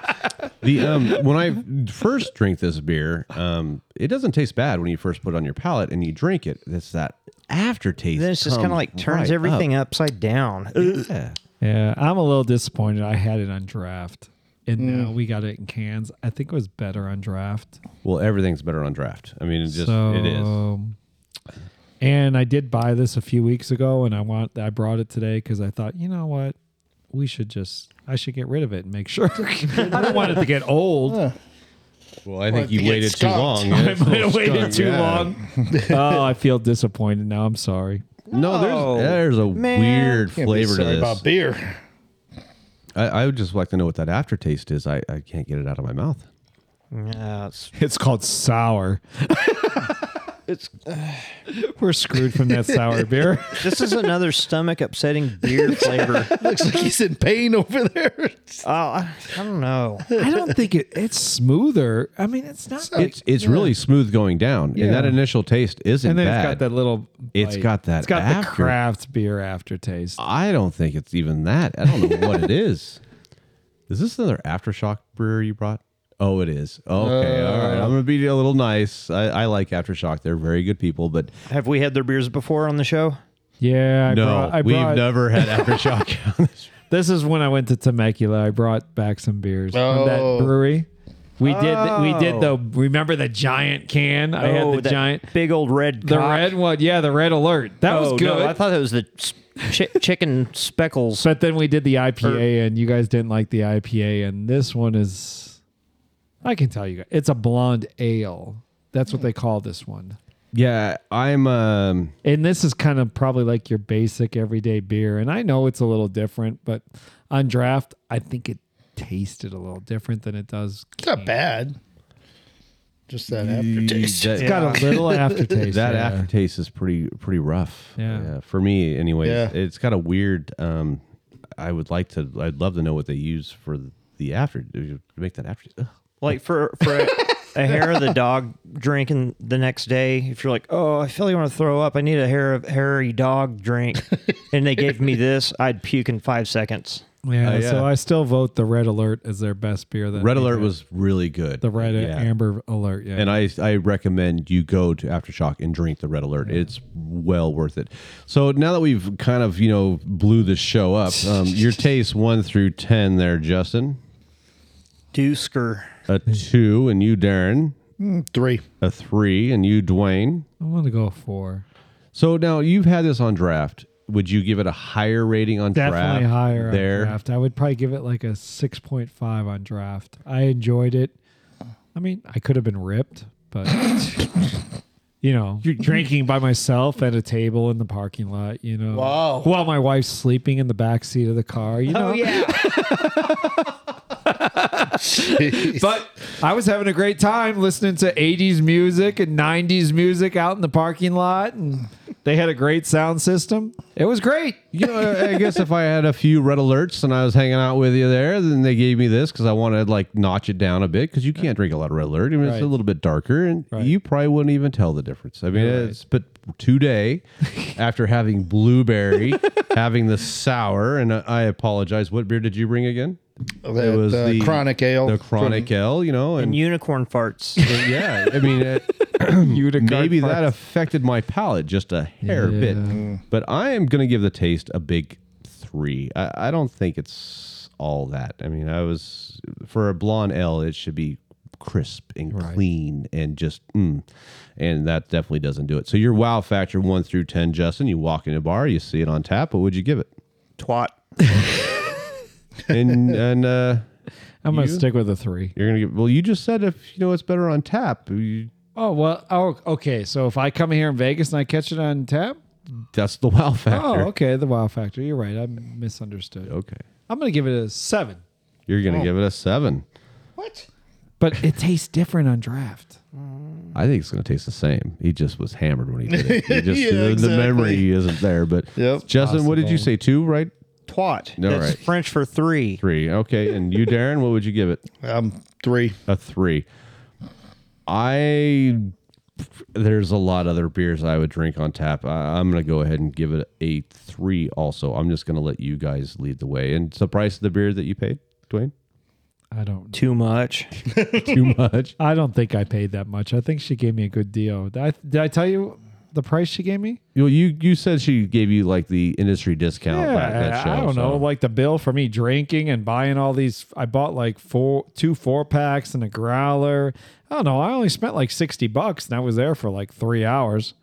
S4: The um, when I first drink this beer, um, it doesn't taste bad when you first put it on your palate and you drink it. It's that aftertaste.
S7: Then it's just
S4: comes
S7: kind of like turns
S4: right
S7: everything
S4: up.
S7: upside down.
S4: Yeah.
S5: yeah, I'm a little disappointed. I had it on draft, and
S7: Mm.
S5: now we got it in cans. I think it was better on draft.
S4: Well, everything's better on draft. I mean, it just
S5: so,
S4: it is.
S5: And I did buy this a few weeks ago, and I want I brought it today because I thought, you know what, we should just I should get rid of it and make sure. I don't want it to get old.
S4: Well, I think
S6: you
S4: you
S6: get
S4: waited too
S6: skunked.
S4: long.
S5: I might have waited too long. oh, I feel disappointed now. I'm sorry.
S4: No,
S7: No,
S4: there's there's a
S7: man.
S4: weird
S6: Can't be
S4: flavor to
S6: sorry
S4: this.
S6: about beer.
S4: I, I would just like to know what that aftertaste is. I, I can't get it out of my mouth.
S7: Yeah, it's,
S5: It's called sour.
S7: it's
S5: We're screwed from that sour beer.
S7: this is another stomach upsetting beer flavor.
S6: Looks like he's in pain over there.
S7: Oh, I I don't know.
S5: I don't think it, it's smoother. I mean, it's not.
S7: Oh,
S4: It's it's really smooth going down, and that
S5: Yeah.
S4: initial taste isn't
S5: and then
S4: bad.
S5: it's got that little.
S4: It's
S5: bite.
S4: got that
S5: It's got
S4: after-
S5: the craft beer aftertaste.
S4: I don't think it's even that. I don't know what it is. Is this another aftershock brewer you brought? Oh, it is. Okay, all
S5: Uh.
S4: right. I'm gonna be a little nice. I, I like aftershock. They're very good people, but
S7: Have we had their beers before on the show?
S5: Yeah, I
S4: no,
S5: brought, I
S4: we've
S5: brought,
S4: never had aftershock. on this
S5: This is when I went to Temecula. I brought back some beers from
S6: Oh.
S5: that brewery. We did. We did though.
S4: Oh.
S5: Remember the giant can? I had the
S7: Oh, that
S5: giant,
S7: big old red.
S5: the
S7: cock.
S5: red one. Yeah, the red alert. That
S7: Oh,
S5: was good.
S7: No, I thought it was the s- chi- chicken speckles.
S5: But then we did the IPA, and you guys didn't like the IPA, and this one is, I can tell you, guys, it's a blonde ale. That's
S7: Hmm.
S5: what they call this one.
S4: yeah, I'm. Um,
S5: And this is kind of probably like your basic everyday beer. And I know it's a little different, but on draft, I think it tasted a little different than it does.
S6: It's not bad. Just that aftertaste.
S4: that,
S5: It's got a little aftertaste.
S4: that
S5: yeah.
S4: aftertaste is pretty pretty rough.
S5: Yeah.
S4: for me, anyways,
S6: Yeah.
S4: it's got a weird. Um, I would like to. I'd love to know what they use for the after to make that after. Ugh.
S7: like for for a, a hair of the dog drinking the next day if you're like oh i feel like i want to throw up i need a hair of hairy dog drink and they gave me this i'd puke in five seconds
S5: Yeah,
S4: Uh, yeah.
S5: So I still vote the Red Alert as their best beer. That
S4: Red
S5: they
S4: Alert
S5: had.
S4: was really good.
S5: the Red
S4: Yeah.
S5: Amber Alert. Yeah.
S4: And I, I recommend you go to Aftershock and drink the Red Alert. It's well worth it. So now that we've kind of you know blew this show up, um, your taste one through ten there, Justin,
S7: deusker
S4: a two, and you, Darren,
S6: Three.
S4: a three, and you, Dwayne.
S5: I want to go four.
S4: So now you've had this on draft. Would you give it a higher rating on draft?
S5: definitely higher
S4: there.
S5: on draft. I would probably give it like a 6.5 on draft. I enjoyed it. I mean, I could have been ripped, but you know, you're drinking by myself at a table in the parking lot, you know.
S6: Wow.
S5: While my wife's sleeping in the back seat of the car, you know.
S7: yeah
S5: But I was having a great time listening to 80s music and 90s music out in the parking lot and they had a great sound system. It was great.
S4: You know, I guess if I had a few red alerts and I was hanging out with you there, then they gave me this because I wanted to like notch it down a bit because you can't drink a lot of red alert. I mean, it's a
S5: Right.
S4: little bit darker, and
S5: Right.
S4: you probably wouldn't even tell the difference. I mean, it's but today, after having blueberry, having the sour, and I- I apologize. What beer did you bring again?
S6: That, uh, Chronic Ale
S4: The chronic
S6: from-
S4: ale, you know, and,
S7: and unicorn farts
S4: yeah, I mean. It, maybe that affected my palate just a hair
S5: Yeah.
S4: bit. But I am going to give the taste a big three. I, I don't think it's all that. I mean, I was for a blonde ale, it should be crisp and clean and just mm, and that definitely doesn't do it. So your wow factor one through ten, Justin. You walk in a bar, you see it on tap. What would you give it?
S7: twat
S4: And and uh,
S5: I'm going to
S4: You?
S5: stick with a 3.
S4: you're gonna give. Well, you just said if you know it's better on tap. You,
S5: Oh well. Oh, okay. So if I come here in Vegas and I catch it on tap.
S4: that's the wow factor.
S5: Oh, okay. The wow factor. You're right. I misunderstood.
S4: okay.
S5: I'm gonna give it a seven,
S4: You're
S6: Oh.
S4: gonna give it a seven.
S5: but it tastes different on draft.
S4: I think it's going to taste the same. He just was hammered when he did it. He just,
S6: Yeah,
S4: the- the,
S6: exactly.
S4: memory isn't there. But
S6: Yep.
S4: Justin, what did you
S5: Possible.
S4: say? Two, right?
S7: twat
S4: All
S7: that's
S4: right.
S7: french for three
S4: Three. Okay. And you, Darren, what would you give it?
S6: Um, three.
S4: A three. I there's a lot other beers I would drink on tap. I, I'm gonna go ahead and give it a three. Also, I'm just gonna let you guys lead the way. And the price of the beer that you paid, Dwayne,
S5: I don't.
S7: Too much.
S4: too much.
S5: I don't think I paid that much. I think she gave me a good deal. Did I, did I tell you the price she gave me?
S4: You you you said she gave you like the industry
S5: Oh,
S4: discount. back that show,
S5: I don't know.
S4: so-
S5: Like the bill for me drinking and buying all these. I bought like four, two four packs and a growler. I don't know. I only spent like sixty bucks, and I was there for like three hours.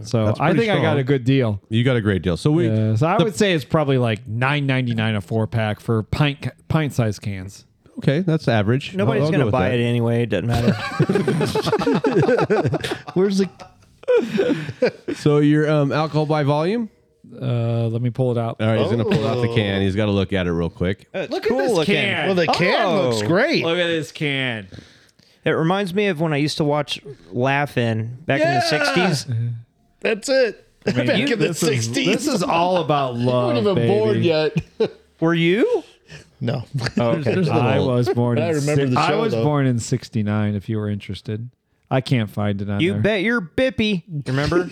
S5: so I
S4: pretty
S5: think I got
S4: strong.
S5: a good deal.
S4: you got a great deal. So we
S5: Yeah, Uh, so I would say it's probably like nine ninety nine a four pack for pint pint size cans.
S4: okay, that's average.
S7: Nobody's
S4: I'll- I'll go
S7: gonna
S4: with
S7: buy
S4: that.
S7: it anyway. It doesn't matter.
S6: Where's the
S4: So your um, alcohol by volume.
S5: Uh, let me pull it out.
S4: All right, he's gonna pull out the can. He's got to look at it real quick.
S7: Uh, look
S5: at this can.
S6: well? The can
S7: Oh.
S6: looks great.
S5: Look at this can.
S7: It reminds me of when I used to watch Laughing back
S6: Yeah.
S7: in the '60s.
S6: That's it. Back in the
S5: This is, this
S6: sixties,
S5: is all about love.
S6: not even
S5: baby.
S6: born yet.
S7: Were you?
S6: No,
S5: Oh.
S4: There's the
S5: I
S4: little-
S5: was born.
S6: But I
S5: in
S6: remember
S5: six-
S6: the
S5: I
S6: show,
S5: was
S6: though.
S5: born in '69. If you were interested, I can't find it on
S7: You
S5: there.
S7: bet your bippy. Remember,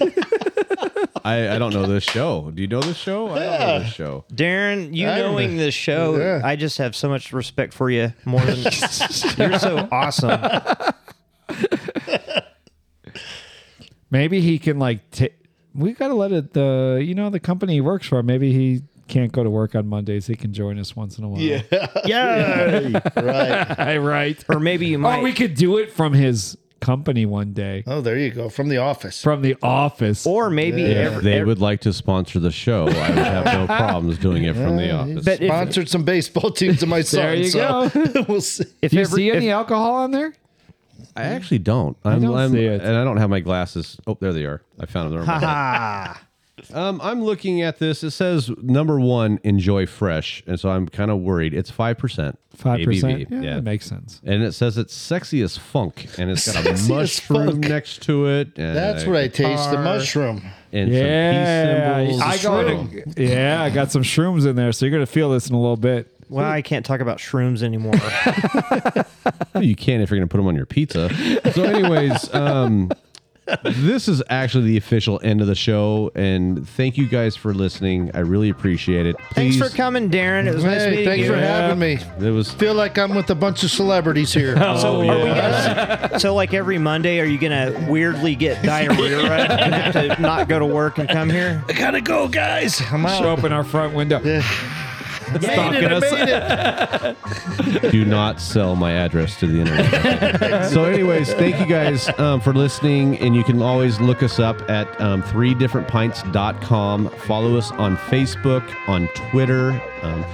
S4: I, I don't know this show. Do you know this show? I don't know this show.
S7: Darren? You
S6: I remember.
S7: knowing this show,
S6: Yeah.
S7: I just have so much respect for you. More than you're so awesome.
S5: Maybe he can like. T- we gotta let it. The you know the company he works for. Maybe he can't go to work on Mondays. He can join us once in a while. Yeah,
S7: Yeah.
S6: right?
S5: right.
S7: Or maybe you might.
S5: Or we could do it from his company one day,
S6: Oh, there you go. From the office.
S5: from the office.
S7: or maybe
S4: If
S7: every-
S4: they
S7: every-
S4: would like to sponsor the show, I would have no problems doing it from the office.
S7: But if-
S6: Sponsored some baseball teams of my son.
S5: there you
S6: so
S5: go.
S6: we'll see.
S7: if
S5: Do you
S7: every-
S5: see
S7: if-
S5: any alcohol on there?
S4: I actually don't. I'm, I am
S5: don't
S4: i am
S5: see it.
S4: and I don't have my glasses. Oh, there they are. I found them. They're on my desk. um, I'm looking at this. It says number one, enjoy fresh, and so I'm kind of worried. It's five percent.
S5: Five percent.
S4: Yeah.
S5: Yeah, that makes sense.
S4: and it says it's sexy as funk, and it's got
S6: Sexy as
S4: a mushroom
S6: funk.
S4: next to it. and
S6: That's
S4: a
S6: what I taste. The
S4: guitar
S6: mushroom.
S4: And
S5: Yeah,
S4: some peace symbols.
S5: I
S4: Shroom.
S5: got. Yeah, I got some shrooms in there, so you're gonna feel this in a little bit.
S7: well, I can't talk about shrooms anymore.
S4: Well, you can if you're going to put them on your pizza. So, anyways, um, this is actually the official end of the show, and thank you guys for listening. I really appreciate it.
S7: thanks
S4: Please-
S7: for coming, Darren. It was nice
S6: Hey,
S7: meeting
S6: thanks
S7: you.
S6: for having me.
S4: It was
S6: Feel like I'm with a bunch of celebrities here.
S7: So, are we gonna, so like every Monday, are you gonna weirdly get diarrhea and have to not go to work and come here?
S6: I gotta go, guys. I'm
S5: Show up in our front window. Stalking us.
S4: do not sell my address to the internet. so, anyways, thank you guys um, for listening. And you can always look us up at um, three different pints.com. Follow us on Facebook, on Twitter. Um,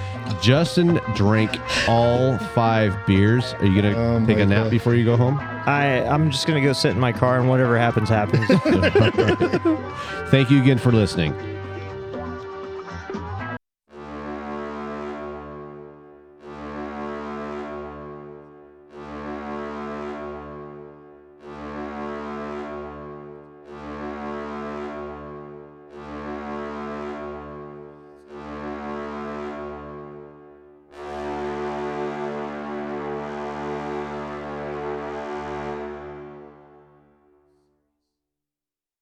S4: Justin drank all five beers. Are you going to take a nap before you go home?
S7: I I'm just gonna go sit in my car and whatever happens happens.
S4: Thank you again for listening.